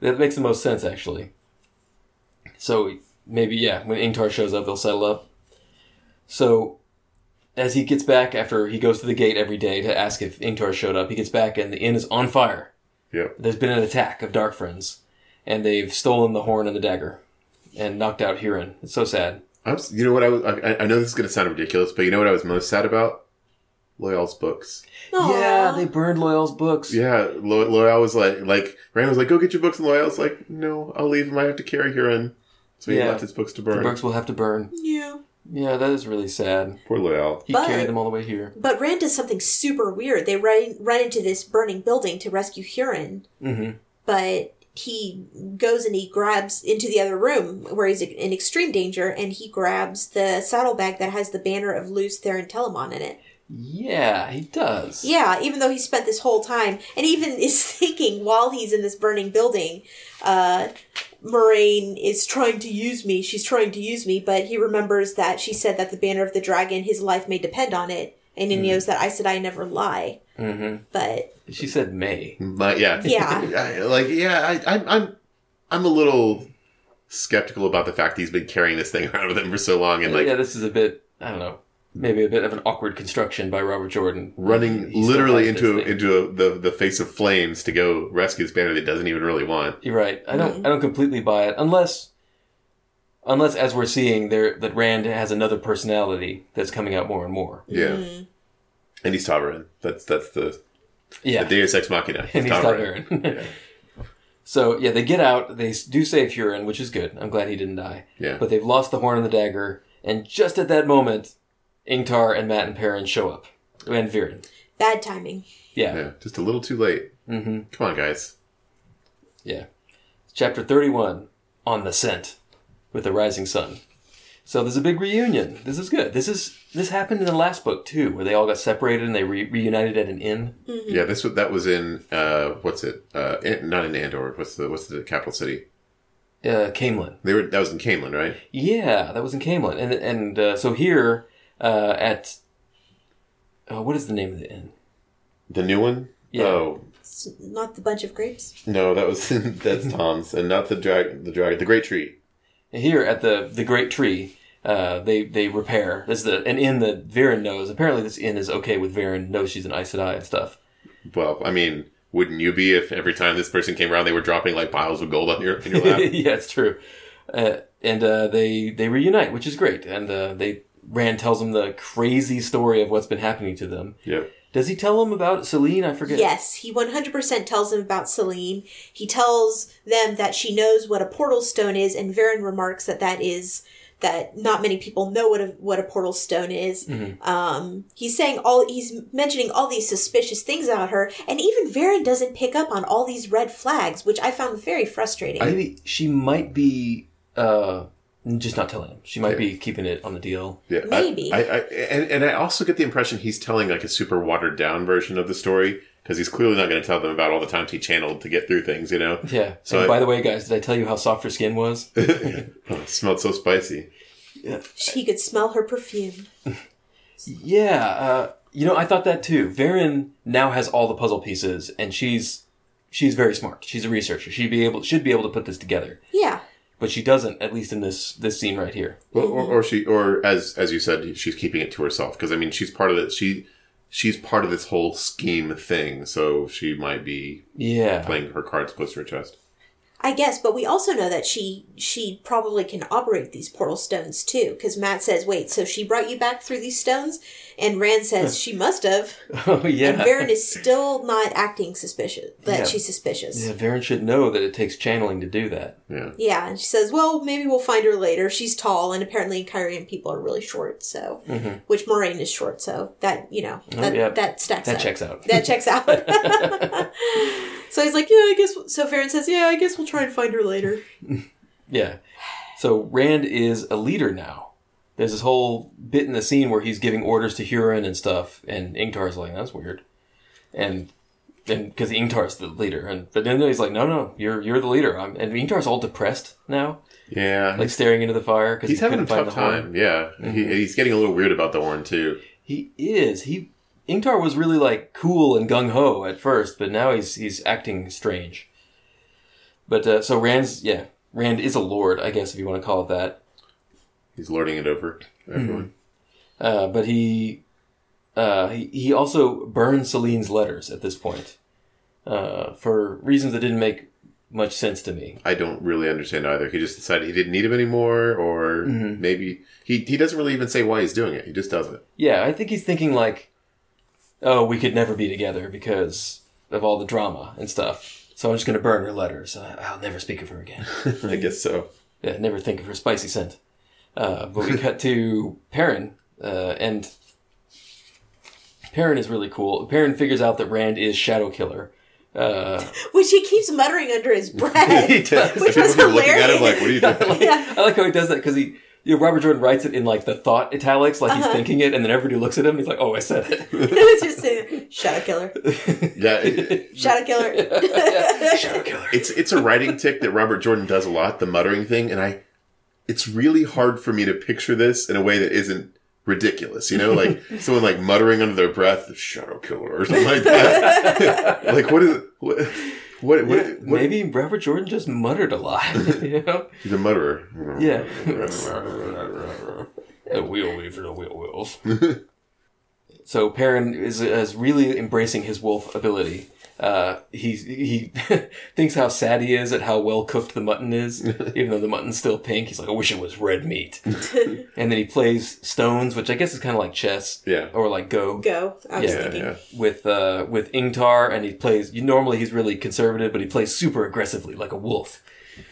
[SPEAKER 1] That makes the most sense actually. So maybe yeah, when Ingtar shows up, they'll settle up. So as he gets back after he goes to the gate every day to ask if Ingtar showed up, he gets back and the inn is on fire.
[SPEAKER 3] yeah.
[SPEAKER 1] There's been an attack of Dark Friends, and they've stolen the horn and the dagger, and knocked out Huron. It's so sad.
[SPEAKER 3] I was, you know what I was. I, I know this is going to sound ridiculous, but you know what I was most sad about? Loyal's books.
[SPEAKER 1] Yeah,
[SPEAKER 2] Aw.
[SPEAKER 1] they burned Loyal's books.
[SPEAKER 3] Yeah, Lo- Loyal was like, like Rand was like, "Go get your books," and Loyal's like, "No, I'll leave them. I have to carry Huron." So he
[SPEAKER 1] Yeah.
[SPEAKER 3] left his books to
[SPEAKER 1] The
[SPEAKER 3] burn.
[SPEAKER 1] books will have to burn.
[SPEAKER 2] Yeah.
[SPEAKER 1] Yeah, that is really sad.
[SPEAKER 3] Poor Loyal.
[SPEAKER 1] He
[SPEAKER 2] But-
[SPEAKER 1] carried them all the way here.
[SPEAKER 2] But Rand does something super weird. They run run into this burning building to rescue Huron,
[SPEAKER 1] hmm
[SPEAKER 2] but he goes and he grabs into the other room where he's in extreme danger, and he grabs the saddlebag that has the banner of Luce, Theron, Telamon in it.
[SPEAKER 1] Yeah, he does.
[SPEAKER 2] Yeah, even though he spent this whole time, and even <laughs> is thinking while he's in this burning building, uh, Moraine is trying to use me. She's trying to use me, but he remembers that she said that the banner of the dragon, his life may depend on it, and he knows that I said I never lie.
[SPEAKER 3] Mm-hmm.
[SPEAKER 1] hmm
[SPEAKER 2] But
[SPEAKER 1] She said May.
[SPEAKER 3] But yeah,
[SPEAKER 2] Yeah.
[SPEAKER 3] <laughs> I- like yeah, I, I'm I'm I'm a little skeptical about the fact he's been carrying this thing <laughs> around with him for so long and like
[SPEAKER 1] yeah, this is a bit. I don't know. Maybe a bit of an awkward construction by Robert Jordan.
[SPEAKER 3] running
[SPEAKER 1] He still
[SPEAKER 3] literally
[SPEAKER 1] has this
[SPEAKER 3] into
[SPEAKER 1] thing.
[SPEAKER 3] into a, the the face of flames to go rescue this banner that he doesn't even really want.
[SPEAKER 1] You're right. I
[SPEAKER 2] Mm-hmm.
[SPEAKER 1] don't. I don't completely buy it, unless, unless as we're seeing there that Rand has another personality that's coming out more and more.
[SPEAKER 3] Yeah,
[SPEAKER 2] mm,
[SPEAKER 3] and he's Tavarin. That's that's the,
[SPEAKER 1] Yeah,
[SPEAKER 3] the Deus Ex Machina.
[SPEAKER 1] and he's
[SPEAKER 3] Tavarin.
[SPEAKER 1] Tavarin. <laughs> So yeah, they get out. They s- do save Huron, which is good. I'm glad he didn't die.
[SPEAKER 3] Yeah.
[SPEAKER 1] But they've lost the horn and the dagger, and just at that moment, Ingtar and Matt and Perrin show up, and Viren.
[SPEAKER 2] bad timing.
[SPEAKER 1] Yeah.
[SPEAKER 3] yeah, just a little too late.
[SPEAKER 1] Mm-hmm.
[SPEAKER 3] Come on, guys.
[SPEAKER 1] Yeah. Chapter 31 on the scent with the rising sun. So there's a big reunion. This is good. This is this happened in the last book too, where they all got separated and they re- reunited at an inn.
[SPEAKER 3] Yeah, this was that was in uh what's it? Uh in, not in Andor. What's the what's the capital city?
[SPEAKER 1] Uh, Camelin.
[SPEAKER 3] They were that was in Camelin, right?
[SPEAKER 1] Yeah, that was in Camelin. And and uh, so here uh, at uh, what is the name of the inn?
[SPEAKER 3] The new one?
[SPEAKER 1] Yeah.
[SPEAKER 3] Oh,
[SPEAKER 2] It's not the bunch of grapes.
[SPEAKER 3] No, that was <laughs> that's Tom's, and not the drag, the dragon, the great tree.
[SPEAKER 1] Here at the the Great Tree, uh, they they repair. This is the an inn that Viren knows. Apparently, this inn is okay with Viren. Knows she's an Aes Sedai and stuff.
[SPEAKER 3] Well, I mean, wouldn't you be if every time this person came around, they were dropping like piles of gold on your in your lap?
[SPEAKER 1] <laughs> yeah, it's true. Uh, and uh, they they reunite, which is great. And uh, they Rand tells them the crazy story of what's been happening to them.
[SPEAKER 3] yep.
[SPEAKER 1] Does he tell them about Celine? I forget.
[SPEAKER 2] Yes, he 100% tells them about Celine. He tells them that she knows what a portal stone is, and Varen remarks that that is that not many people know what a what a portal stone is. Um, he's saying all he's mentioning all these suspicious things about her, and even Varen doesn't pick up on all these red flags, which I found very frustrating.
[SPEAKER 1] Maybe she might be uh, just not telling him. She might be keeping it on the deal.
[SPEAKER 3] Yeah, I-
[SPEAKER 2] Maybe.
[SPEAKER 3] I, I, and, and I also get the impression he's telling like a super watered down version of the story because he's clearly not going to tell them about all the times he channeled to get through things. You know, <laughs>
[SPEAKER 1] Yeah.
[SPEAKER 3] So
[SPEAKER 1] So
[SPEAKER 3] I-
[SPEAKER 1] by the way, guys, did I tell you how soft her skin
[SPEAKER 3] <laughs>
[SPEAKER 1] was?
[SPEAKER 3] oh, it smelled so spicy.
[SPEAKER 2] he could smell her perfume.
[SPEAKER 1] Yeah, uh, you know, I thought that too. Varen now has all the puzzle pieces, and she's she's very smart. She's a researcher. She be able should be able to put this together,
[SPEAKER 2] Yeah.
[SPEAKER 1] but she doesn't. At least in this this scene right here.
[SPEAKER 3] Or, or, or she, or as as you said, she's keeping it to herself because I mean, she's part of it. She she's part of this whole scheme thing, so she might be
[SPEAKER 1] Yeah,
[SPEAKER 3] playing her cards close to her chest.
[SPEAKER 2] I guess, but we also know that she she probably can operate these portal stones too, because Matt says, "Wait, so she brought you back through these stones?" And Rand
[SPEAKER 1] <laughs>
[SPEAKER 2] says, "She must have."
[SPEAKER 1] <laughs> oh
[SPEAKER 2] And
[SPEAKER 1] yeah.
[SPEAKER 2] Varen is still not acting suspicious that
[SPEAKER 1] Yeah.
[SPEAKER 2] she's suspicious.
[SPEAKER 1] yeah,
[SPEAKER 2] Yeah.
[SPEAKER 1] Varen should know that it takes channeling to do that.
[SPEAKER 3] Yeah.
[SPEAKER 2] and she says, "Well, maybe we'll find her later. She's tall, and apparently Kyrian people are really short, so
[SPEAKER 1] Mm-hmm.
[SPEAKER 2] which Moraine is short, so that you know that
[SPEAKER 1] yeah.
[SPEAKER 2] that stacks
[SPEAKER 1] Oh, That
[SPEAKER 2] up.
[SPEAKER 1] checks out.
[SPEAKER 2] That
[SPEAKER 1] <laughs>
[SPEAKER 2] checks out. <laughs> so he's like, "Yeah, I guess." So Varen says, "Yeah, I guess we'll try and find her later."
[SPEAKER 1] Yeah. So Rand is a leader now. There's this whole bit in the scene where he's giving orders to Huron and stuff, and Ingtar's like, "That's weird," and and because Ingtar's the leader, and but then he's like, "No, no, you're you're the leader." I'm, and Ingtar's all depressed now,
[SPEAKER 3] Yeah.
[SPEAKER 1] like staring into the fire because
[SPEAKER 3] he's
[SPEAKER 1] he
[SPEAKER 3] having
[SPEAKER 1] couldn't
[SPEAKER 3] a
[SPEAKER 1] find
[SPEAKER 3] tough
[SPEAKER 1] the horn. Mm-hmm.
[SPEAKER 3] time. Yeah. He, he's getting a little weird about the horn, too.
[SPEAKER 1] He is. He Ingtar was really like cool and gung ho at first, but now he's he's acting strange. But uh, so Rand's yeah, Rand is a lord, I guess if you want to call it that.
[SPEAKER 3] He's lording it over
[SPEAKER 1] Mm-hmm.
[SPEAKER 3] everyone.
[SPEAKER 1] Uh, but he, uh, he he also burned Celine's letters at this point uh, for reasons that didn't make much sense to me.
[SPEAKER 3] I don't really understand either. He just decided he didn't need him anymore, or
[SPEAKER 1] Mm-hmm.
[SPEAKER 3] maybe he, he doesn't really even say why he's doing it. He just does it.
[SPEAKER 1] Yeah, I think he's thinking like, oh, we could never be together because of all the drama and stuff. So I'm just gonna <laughs> burn her letters. I- I'll never speak of her again.
[SPEAKER 3] I guess so.
[SPEAKER 1] yeah, never think of her spicy scent. Uh, but we cut to Perrin, uh, and Perrin is really cool. Perrin figures out that Rand is Shadow Killer. Uh,
[SPEAKER 2] Which he keeps muttering under
[SPEAKER 3] <laughs>
[SPEAKER 2] his
[SPEAKER 3] he
[SPEAKER 2] breath.
[SPEAKER 3] does.
[SPEAKER 2] Which
[SPEAKER 3] People
[SPEAKER 2] was
[SPEAKER 3] were looking at him like,
[SPEAKER 2] hilarious.
[SPEAKER 3] what are you doing?
[SPEAKER 2] yeah.
[SPEAKER 1] I <laughs> like how he does that because he. You know, Robert Jordan writes it in like the thought italics, like he's thinking it, and then everybody looks at him. And he's like, "Oh, I said
[SPEAKER 2] <laughs>
[SPEAKER 1] it."
[SPEAKER 2] it's just a shadow killer.
[SPEAKER 3] yeah,
[SPEAKER 1] <laughs>
[SPEAKER 3] it-
[SPEAKER 2] Shadow killer.
[SPEAKER 1] Shadow killer.
[SPEAKER 3] it's it's a writing tick that Robert Jordan does a lot, the muttering thing, and I it's really hard for me to picture this in a way that isn't ridiculous, you know, like someone like muttering under their breath, shadow killer or something like that. <laughs> like what is what what, what, what
[SPEAKER 1] Maybe Robert Jordan just muttered a lot. <laughs> you know?
[SPEAKER 3] he's a mutterer. <laughs>
[SPEAKER 1] Yeah.
[SPEAKER 3] A wheel weaver, a wheel wheels.
[SPEAKER 1] <laughs> So Perrin is, is really embracing his wolf ability. Uh, he he <laughs> thinks how sad he is at how well cooked the mutton is, even though the mutton's still pink. He's like, I wish it was red meat. and then he plays stones, which I guess is kind of like chess,
[SPEAKER 3] Yeah.
[SPEAKER 1] or like go
[SPEAKER 2] Go. I was
[SPEAKER 1] Yeah,
[SPEAKER 3] Yeah,
[SPEAKER 2] thinking.
[SPEAKER 3] yeah.
[SPEAKER 1] with uh, with Ingtar. And he plays. Normally he's really conservative, but he plays super aggressively, like a wolf.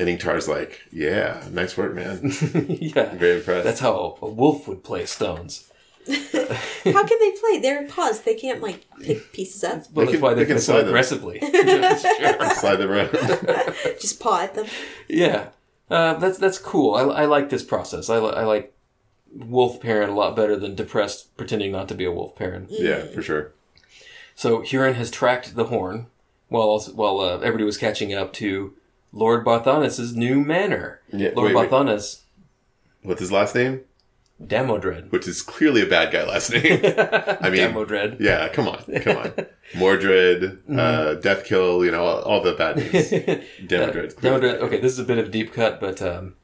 [SPEAKER 3] And Ingtar's like, yeah, nice work, man.
[SPEAKER 1] <laughs> yeah,
[SPEAKER 3] Very impressed.
[SPEAKER 1] that's how a wolf would play stones.
[SPEAKER 2] How can they play? They're in paws. They can't like pick pieces
[SPEAKER 3] <laughs>
[SPEAKER 2] up.
[SPEAKER 1] Well,
[SPEAKER 3] They
[SPEAKER 1] that's
[SPEAKER 3] can-
[SPEAKER 1] why they,
[SPEAKER 3] they can
[SPEAKER 1] play so
[SPEAKER 3] slide them. <laughs>
[SPEAKER 1] aggressively. <laughs>
[SPEAKER 3] Slide them around.
[SPEAKER 2] Just paw at them.
[SPEAKER 1] Yeah, uh, that's that's cool. I, I like this process. I, li- I like wolf parent a lot better than depressed pretending not to be a wolf parent.
[SPEAKER 3] <laughs> yeah, for sure.
[SPEAKER 1] So Huron has tracked the horn while while uh, everybody was catching up to Lord Barthanas's new manor.
[SPEAKER 3] Yeah,
[SPEAKER 1] Lord
[SPEAKER 3] wait, wait.
[SPEAKER 1] Barthanas
[SPEAKER 3] What's his last name?
[SPEAKER 1] Damodred.
[SPEAKER 3] Which is clearly a bad guy
[SPEAKER 1] <laughs>
[SPEAKER 3] last name. I mean,
[SPEAKER 1] Damodred.
[SPEAKER 3] Yeah, come on,
[SPEAKER 1] <laughs>
[SPEAKER 3] come on. Mordred, uh, Death Kill, you know, all, all the
[SPEAKER 1] <laughs>
[SPEAKER 3] bad names. Demodred.
[SPEAKER 1] Mm-hmm. Damodred. Okay, this is a bit of a deep cut, but um,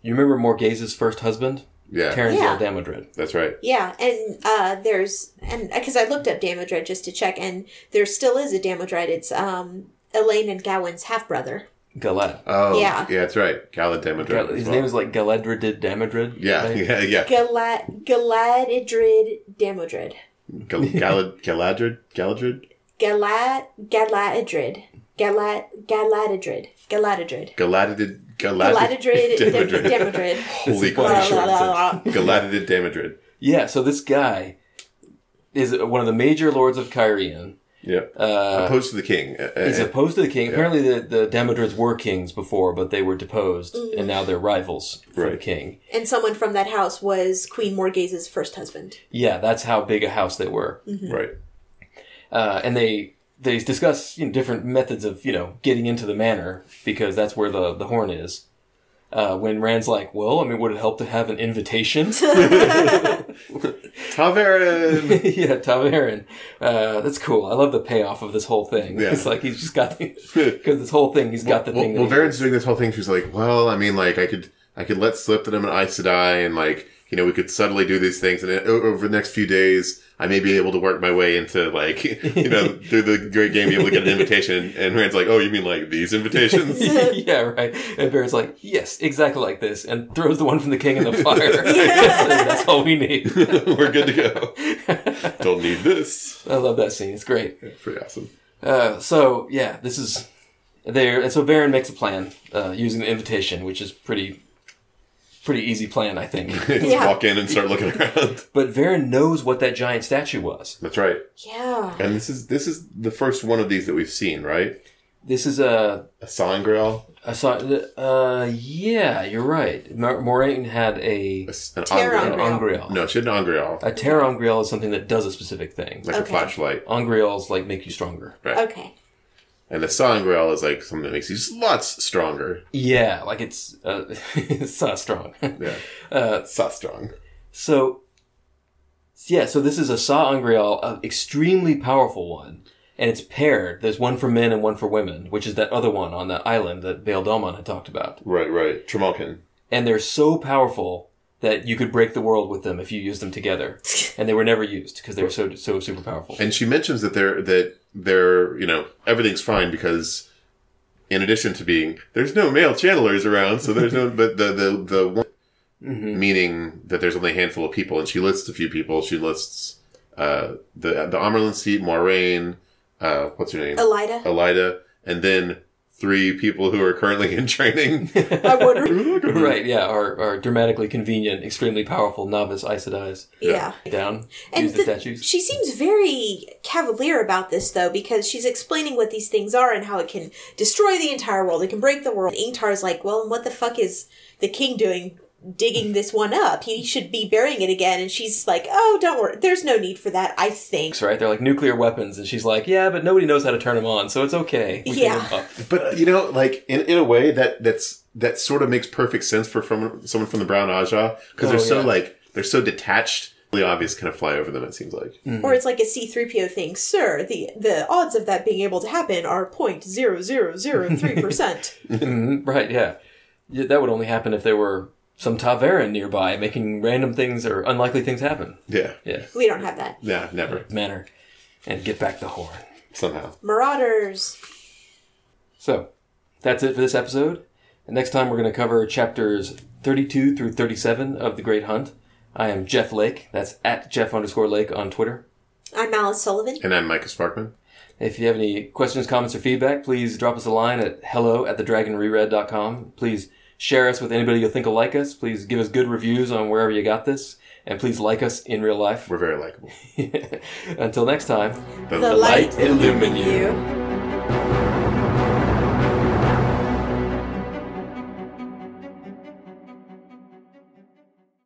[SPEAKER 1] you remember Morghese's first husband,
[SPEAKER 3] Yeah,
[SPEAKER 1] Terran
[SPEAKER 2] Yeah.
[SPEAKER 1] Damodred.
[SPEAKER 3] that's right.
[SPEAKER 2] Yeah, and uh, there's and because I looked up Damodred just to check, and there still is a Damodred. It's um Elaine and Gawain's half brother.
[SPEAKER 1] Galad.
[SPEAKER 3] Oh,
[SPEAKER 2] Yeah.
[SPEAKER 3] yeah, that's right. Galad Demodred.
[SPEAKER 1] Gal- his name is like Galadrid Damodred.
[SPEAKER 3] Yeah,
[SPEAKER 1] right?
[SPEAKER 3] <laughs> yeah, yeah.
[SPEAKER 2] Galad Galadrid Damodred.
[SPEAKER 3] Gal- Galad Galadred Galadred
[SPEAKER 2] Galad Galadrid. Galad Galadrid. Galadrid.
[SPEAKER 3] Galadrid Galadrid
[SPEAKER 2] Galadrid <laughs>
[SPEAKER 3] Damodred.
[SPEAKER 2] Damodred.
[SPEAKER 3] Holy
[SPEAKER 1] Blah,
[SPEAKER 2] Blah,
[SPEAKER 3] crap!
[SPEAKER 2] blah, blah, blah.
[SPEAKER 3] Galadrid Damodred.
[SPEAKER 1] Yeah, so this guy is one of the major lords of Kyrian.
[SPEAKER 3] Yeah,
[SPEAKER 1] Uh,
[SPEAKER 3] opposed to the king. Uh, uh,
[SPEAKER 1] he's opposed to the king. Apparently, the, the Damodreds were kings before, but they were deposed, and now they're rivals for the
[SPEAKER 3] Right.
[SPEAKER 1] king.
[SPEAKER 2] And someone from that house was Queen Morghese's first husband.
[SPEAKER 1] Yeah, that's how big a house they were.
[SPEAKER 3] right.
[SPEAKER 1] Uh, and they they discuss you know, different methods of you know getting into the manor because that's where the the horn is. Uh, when Rand's like, well, I mean, would it help to have an invitation?
[SPEAKER 3] Taverin.
[SPEAKER 1] <laughs> yeah, Tom Aaron. Uh, that's cool. I love the payoff of this whole thing.
[SPEAKER 3] Yeah.
[SPEAKER 1] It's like he's just got
[SPEAKER 3] <laughs>
[SPEAKER 1] the because this whole thing he's got the
[SPEAKER 3] well,
[SPEAKER 1] thing.
[SPEAKER 3] well
[SPEAKER 1] that he-
[SPEAKER 3] Varen's doing this whole thing. She's like, well, I mean, like, I could, I could let slip that I'm an Aes Sedai, and like, you know, we could subtly do these things, and uh, o- over the next few days, I may be able to work my way into like, <laughs> you know, through the great game, be able to get an invitation. And Rand's like, oh, you mean like these invitations?
[SPEAKER 1] <laughs> yeah, right. And Bear's like, yes, exactly like this, and throws the one from the king
[SPEAKER 3] <laughs>
[SPEAKER 1] in the fire. <laughs> So that's all we need.
[SPEAKER 3] <laughs> We're good to go. Don't need this.
[SPEAKER 1] I love that scene. It's great.
[SPEAKER 3] Pretty awesome. <laughs>
[SPEAKER 1] Uh, so yeah, this is there. And so Baron makes a plan uh, using the invitation, which is pretty, pretty easy plan, I think.
[SPEAKER 3] <laughs> Just
[SPEAKER 2] Yeah.
[SPEAKER 3] walk in and start looking around.
[SPEAKER 1] but Varen knows what that giant statue was.
[SPEAKER 3] That's right.
[SPEAKER 2] Yeah.
[SPEAKER 3] And this is this is the first one of these that we've seen, right?
[SPEAKER 1] This is a
[SPEAKER 3] A Sangreal,
[SPEAKER 1] I saw. Uh, yeah, you're right. Ma- Moraine had a
[SPEAKER 3] a, s- an
[SPEAKER 2] Terra
[SPEAKER 1] an
[SPEAKER 3] Angreal.
[SPEAKER 1] Angreal.
[SPEAKER 3] No, she had an Angreal,
[SPEAKER 1] A Terra Angreal is something that does a specific thing.
[SPEAKER 3] like a
[SPEAKER 2] Okay.
[SPEAKER 3] flashlight.
[SPEAKER 1] Angreals like make you stronger.
[SPEAKER 2] Okay.
[SPEAKER 3] And the Sangreal is like something that makes you lots stronger.
[SPEAKER 1] Yeah, like it's uh, <laughs> it's not strong.
[SPEAKER 3] Yeah.
[SPEAKER 1] Uh,
[SPEAKER 3] So strong.
[SPEAKER 1] so yeah, so this is a Sa Angreal, an extremely powerful one, and it's paired. There's one for men and one for women, which is that other one on that island that Bail Dalmon had talked about.
[SPEAKER 3] Right, right. Tremalkin.
[SPEAKER 1] And they're so powerful that you could break the world with them if you used them
[SPEAKER 2] <laughs>
[SPEAKER 1] together, and they were never used because they were so so super powerful.
[SPEAKER 3] And she mentions that they're that they're you know, everything's fine because in addition to being there's no male channelers around, so there's no but the the the one
[SPEAKER 2] Mm-hmm.
[SPEAKER 3] meaning that there's only a handful of people and she lists a few people. She lists uh the the Amerlin seat, Moraine, uh what's her name?
[SPEAKER 2] Elida.
[SPEAKER 3] Elida, and then three people who are currently in training.
[SPEAKER 2] I wonder.
[SPEAKER 1] <laughs> right, yeah, are, are dramatically convenient, extremely powerful novice Aes Sedai's.
[SPEAKER 2] <laughs> Yeah.
[SPEAKER 1] Down,
[SPEAKER 2] And
[SPEAKER 1] use the
[SPEAKER 2] the-
[SPEAKER 1] statues.
[SPEAKER 2] she seems very cavalier about this, though, because she's explaining what these things are and how it can destroy the entire world. It can break the world. And Ingtar's like, well, and what the fuck is the king doing digging this one up? He should be burying it again. And she's like, oh, don't worry. There's no need for that, I think.
[SPEAKER 1] Right, they're like nuclear weapons, and she's like, "Yeah, but nobody knows how to turn them on, so it's okay." We can
[SPEAKER 2] Yeah.
[SPEAKER 1] live up. <laughs>
[SPEAKER 3] But uh, you know, like in, in a way that that's that sort of makes perfect sense for from someone from the Brown Aja because they're
[SPEAKER 1] Oh,
[SPEAKER 3] so
[SPEAKER 1] yeah.
[SPEAKER 3] like they're so detached. The obvious kind of fly over them. It seems like
[SPEAKER 1] Mm.
[SPEAKER 2] Or it's like a C3PO thing. Sir, the, the odds of that being able to happen are 0.0003%.
[SPEAKER 1] right, yeah. yeah. That would only happen if there were some Taveran nearby making random things or unlikely things happen.
[SPEAKER 3] yeah,
[SPEAKER 1] Yeah,
[SPEAKER 2] we don't have that.
[SPEAKER 3] yeah, never
[SPEAKER 1] manner, and get back the horn.
[SPEAKER 3] somehow.
[SPEAKER 2] Marauders.
[SPEAKER 1] So, that's it for this episode. And next time we're going to cover chapters 32 through 37 of The Great Hunt. I am Jeff Lake. That's at Jeff underscore Lake on Twitter.
[SPEAKER 2] I'm Alice Sullivan.
[SPEAKER 3] And I'm Micah Sparkman.
[SPEAKER 1] If you have any questions, comments, or feedback, please drop us a line at hello at thedragonreread.com. Please share us with anybody you think will like us. Please give us good reviews on wherever you got this. And please like us in real life. <laughs>
[SPEAKER 3] We're very likable.
[SPEAKER 1] Until next time.
[SPEAKER 2] The light illumine you.